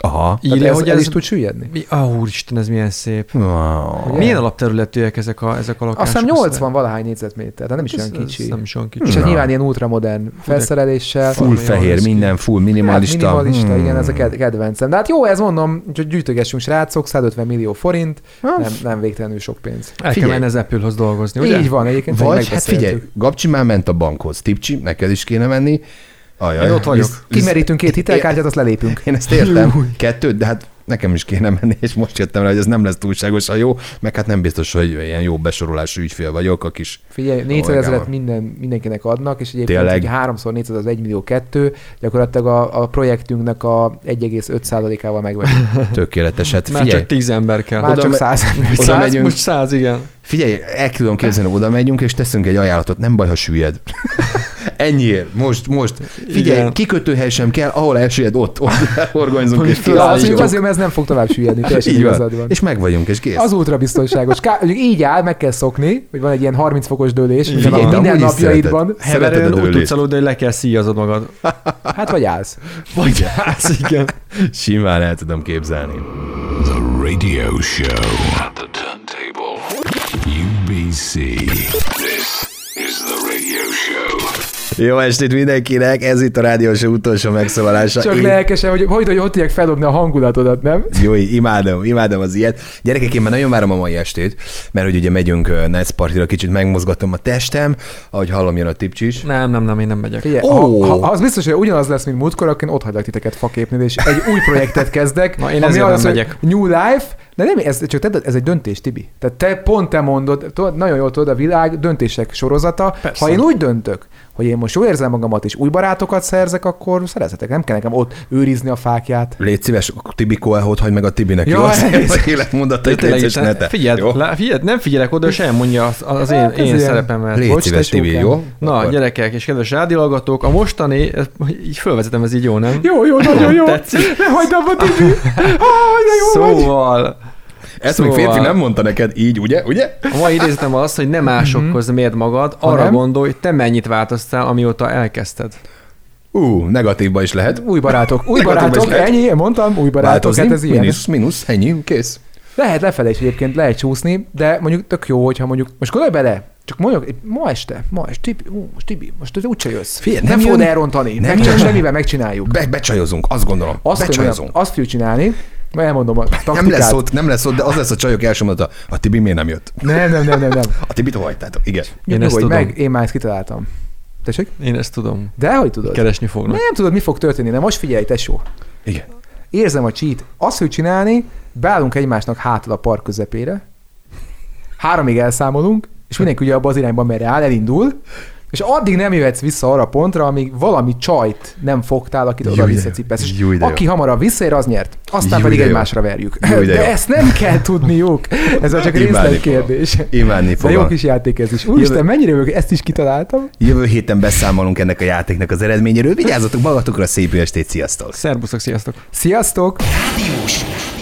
Speaker 1: Aha.
Speaker 3: Tehát
Speaker 2: Írja,
Speaker 3: ez,
Speaker 2: hogy
Speaker 3: ez
Speaker 2: ez...
Speaker 3: is tud süllyedni.
Speaker 2: Mi- Á, úristen, ez milyen szép.
Speaker 1: Wow.
Speaker 2: Milyen alapterületűek ezek a, ezek a lakások?
Speaker 3: Azt hiszem 80 valahány négyzetméter, de nem is
Speaker 2: Ez-
Speaker 3: olyan
Speaker 2: ez
Speaker 3: kicsi. Hmm.
Speaker 2: Nem is olyan kicsi.
Speaker 3: És ez
Speaker 1: Na.
Speaker 3: nyilván ilyen ultramodern felszereléssel.
Speaker 1: Full
Speaker 2: valami jól
Speaker 1: fehér,
Speaker 2: néz ki.
Speaker 1: minden full minimalista.
Speaker 3: Hát minimalista,
Speaker 1: Hmm.
Speaker 3: igen, ez a ked- kedvencem. De hát jó, ez mondom, hogy gyűjtögessünk, srácok, 150 millió forint,
Speaker 1: Hát.
Speaker 3: nem, nem végtelenül sok pénz.
Speaker 2: El kell
Speaker 1: Figyelj.
Speaker 2: menni az Apple-hoz dolgozni, ugye?
Speaker 3: Ugye? Így van, egyébként hogy
Speaker 1: Vagy, hát
Speaker 3: megbeszéltük.
Speaker 1: figyelj, Gabcsi már ment a bankhoz. Tipcsi, neked is kéne menni. Ajaj,
Speaker 2: Én ott vagyok.
Speaker 1: biz- biz-
Speaker 3: Kimerítünk két hitelkártyát, azt lelépünk.
Speaker 1: Én ezt értem, kettőt, de hát nekem is kéne menni, és most jöttem rá, hogy ez nem lesz túlságosan jó, meg hát nem biztos, hogy ilyen jó besorolású ügyfél vagyok, a kis
Speaker 3: Figyelj, 400
Speaker 1: Olgával.
Speaker 3: ezeret minden, mindenkinek adnak, és egyébként
Speaker 1: Tényleg?
Speaker 3: Tényleg? 3 400 az 1 millió 2, gyakorlatilag a, a projektünknek a 1,5%-ával megveszünk.
Speaker 1: tökéletes. Hát
Speaker 2: Már
Speaker 1: figyelj,
Speaker 2: csak 10 ember kell.
Speaker 3: Már
Speaker 1: Oda
Speaker 3: csak
Speaker 1: me-
Speaker 3: 100
Speaker 1: oda
Speaker 2: Száz,
Speaker 1: megyünk.
Speaker 2: most 100, igen.
Speaker 1: Figyelj, el tudom képzelni, oda megyünk, és teszünk egy ajánlatot, nem baj, ha süllyed. Ennyiért, most, most. Figyelj,
Speaker 2: Igen.
Speaker 1: Igen. kikötőhely sem kell, ahol elsüllyed, ott, ott horgonyzunk és
Speaker 3: Ja, az
Speaker 1: kiszállítjuk.
Speaker 3: mondjuk azért, mert ez nem fog tovább süllyedni, teljesen
Speaker 1: Így
Speaker 3: igazad
Speaker 1: van.
Speaker 3: van.
Speaker 1: És meg vagyunk, és kész.
Speaker 3: Az ultra biztonságos. Ká- mondjuk így áll, meg kell szokni, hogy van egy ilyen 30 fokos dőlés, minden,
Speaker 1: Figyelj,
Speaker 3: nap,
Speaker 1: de
Speaker 3: minden
Speaker 1: amúgy is
Speaker 3: napjaidban.
Speaker 1: szereted. Szereted
Speaker 2: Heverőn
Speaker 1: a
Speaker 2: úgy
Speaker 1: dőlést.
Speaker 2: tudsz aludni, hogy le kell szíjazod magad.
Speaker 3: Hát vagy állsz.
Speaker 2: Vagy hát, igen.
Speaker 1: Simán el tudom képzelni.
Speaker 4: The radio show. At the turntable. UBC. This is the radio show.
Speaker 1: Jó estét mindenkinek, ez itt a rádiós utolsó megszólalása.
Speaker 3: Csak
Speaker 1: Én-
Speaker 3: lelkesen, hogy hogy, hogy ott tudják feldobni a hangulatodat, nem?
Speaker 1: Jó, imádom, imádom az ilyet. Gyerekek, én már nagyon várom a mai estét, mert hogy ugye megyünk ö, Nets partira, kicsit megmozgatom a testem, ahogy hallom, jön a tipcsis.
Speaker 2: Nem, nem, nem, én nem megyek.
Speaker 3: Figyelj,
Speaker 1: Ó.
Speaker 3: oh. ha, ha, az biztos, hogy ugyanaz lesz, mint múltkor, akkor én ott hagylak titeket faképnél, és egy új projektet kezdek.
Speaker 2: Na, én
Speaker 3: ami
Speaker 2: ezért
Speaker 3: az,
Speaker 2: nem
Speaker 3: hogy
Speaker 2: megyek.
Speaker 3: New Life, de nem, ez, csak te, ez egy döntés, Tibi. Tehát te pont te mondod, tudod, nagyon jól tudod, a világ döntések sorozata.
Speaker 2: Persze.
Speaker 3: Ha én úgy döntök, hogy én most jól érzem magamat, és új barátokat szerzek, akkor szerezhetek. Nem kell nekem ott őrizni a fákját.
Speaker 1: Légy szíves, Tibi Koehót hagyd meg a Tibinek, jó?
Speaker 3: Jaj,
Speaker 1: Ez
Speaker 3: ez-
Speaker 1: az életmondatait,
Speaker 2: De
Speaker 1: légy
Speaker 2: tényleg,
Speaker 1: szíves, ne te. Jó?
Speaker 2: figyeld, lá, figyeld, nem figyelek oda, és elmondja az, az én,
Speaker 3: Hát ez
Speaker 2: én
Speaker 3: ilyen.
Speaker 2: szerepemet.
Speaker 1: Légy
Speaker 3: Bocs,
Speaker 1: szíves,
Speaker 3: tesókám.
Speaker 1: Tibi, jó?
Speaker 2: Na,
Speaker 1: Akkor-
Speaker 2: gyerekek és kedves rádiolgatók, a mostani, ez- így fölvezetem, ez így jó, nem?
Speaker 3: Jó, jó, nagyon jó.
Speaker 2: Tetszik.
Speaker 3: Ne hagyd abba, Tibi. Ah, de jó vagy.
Speaker 2: Szóval,
Speaker 1: Ezt még
Speaker 2: Szóval-
Speaker 1: férfi nem mondta neked így, ugye? Ugye?
Speaker 2: a mai idézetem az, hogy ne másokhoz mérd magad,
Speaker 3: Ha
Speaker 2: arra
Speaker 3: nem?
Speaker 2: gondolj, hogy te mennyit változtál, amióta elkezdted.
Speaker 1: Ú, negatívba is lehet.
Speaker 3: Új barátok, új
Speaker 1: Negatívba is
Speaker 3: barátok,
Speaker 1: lehet.
Speaker 3: ennyi, én mondtam, új barátok,
Speaker 1: Változni,
Speaker 3: hát ez ilyen.
Speaker 1: mínusz, mínusz, ennyi, kész.
Speaker 3: Lehet lefelé is egyébként, lehet csúszni, de mondjuk tök jó, hogyha mondjuk, most gondolj bele, csak mondjuk, egy- ma este, ma este, Tibi, ú, most Tibi, most ez úgyse jössz.
Speaker 1: Figyelj,
Speaker 3: nem,
Speaker 1: nem
Speaker 3: fogod
Speaker 1: jön-
Speaker 3: elrontani,
Speaker 1: nem
Speaker 3: nem meg csak
Speaker 1: jön-
Speaker 3: semmivel megcsináljuk.
Speaker 1: Be, becsajozunk, azt gondolom.
Speaker 3: Azt, fogjuk,
Speaker 1: becsajozunk.
Speaker 3: azt fogjuk csinálni, majd elmondom a taktikát.
Speaker 1: Nem lesz ott, nem lesz ott, de az lesz a csajok első mondata. A Tibi miért nem jött?
Speaker 3: Nem, nem, nem, nem, nem.
Speaker 1: A Tibit hagytátok, igen.
Speaker 2: Én
Speaker 3: Nyugodj
Speaker 2: ezt tudom.
Speaker 3: meg, én már ezt kitaláltam. Tessék?
Speaker 2: Én ezt tudom.
Speaker 3: De hogy tudod?
Speaker 2: Keresni fognak.
Speaker 3: Nem tudod, mi fog történni, de most figyelj, tesó.
Speaker 1: Igen.
Speaker 3: érzem a cheat, azt fogjuk csinálni, beállunk egymásnak hátul a park közepére, háromig elszámolunk, és mindenki ugye abba az irányba, merre áll, elindul, és addig nem jöhetsz vissza arra a pontra, amíg valami csajt nem fogtál, akit
Speaker 1: Jó
Speaker 3: oda
Speaker 1: ide-
Speaker 3: visszacipesz. És
Speaker 1: jó ide jó.
Speaker 3: aki hamarabb visszaér, az nyert. Aztán
Speaker 1: Jó
Speaker 3: pedig
Speaker 1: ide jó.
Speaker 3: egymásra verjük.
Speaker 1: Jó ide
Speaker 3: De
Speaker 1: jó.
Speaker 3: ezt nem kell tudniuk. Ez csak
Speaker 1: Imádni fogom.
Speaker 3: részletkérdés.
Speaker 1: Imádni
Speaker 3: De jó
Speaker 1: fogom.
Speaker 3: kis játék ez is. Úristen,
Speaker 1: Jövő-
Speaker 3: mennyire jövök, ezt is kitaláltam.
Speaker 1: Jövő héten beszámolunk ennek a játéknak az eredményéről. Vigyázzatok magatokra, szép jó estét, sziasztok!
Speaker 2: Szerbuszok, sziasztok!
Speaker 3: Sziasztok!
Speaker 5: Rádiós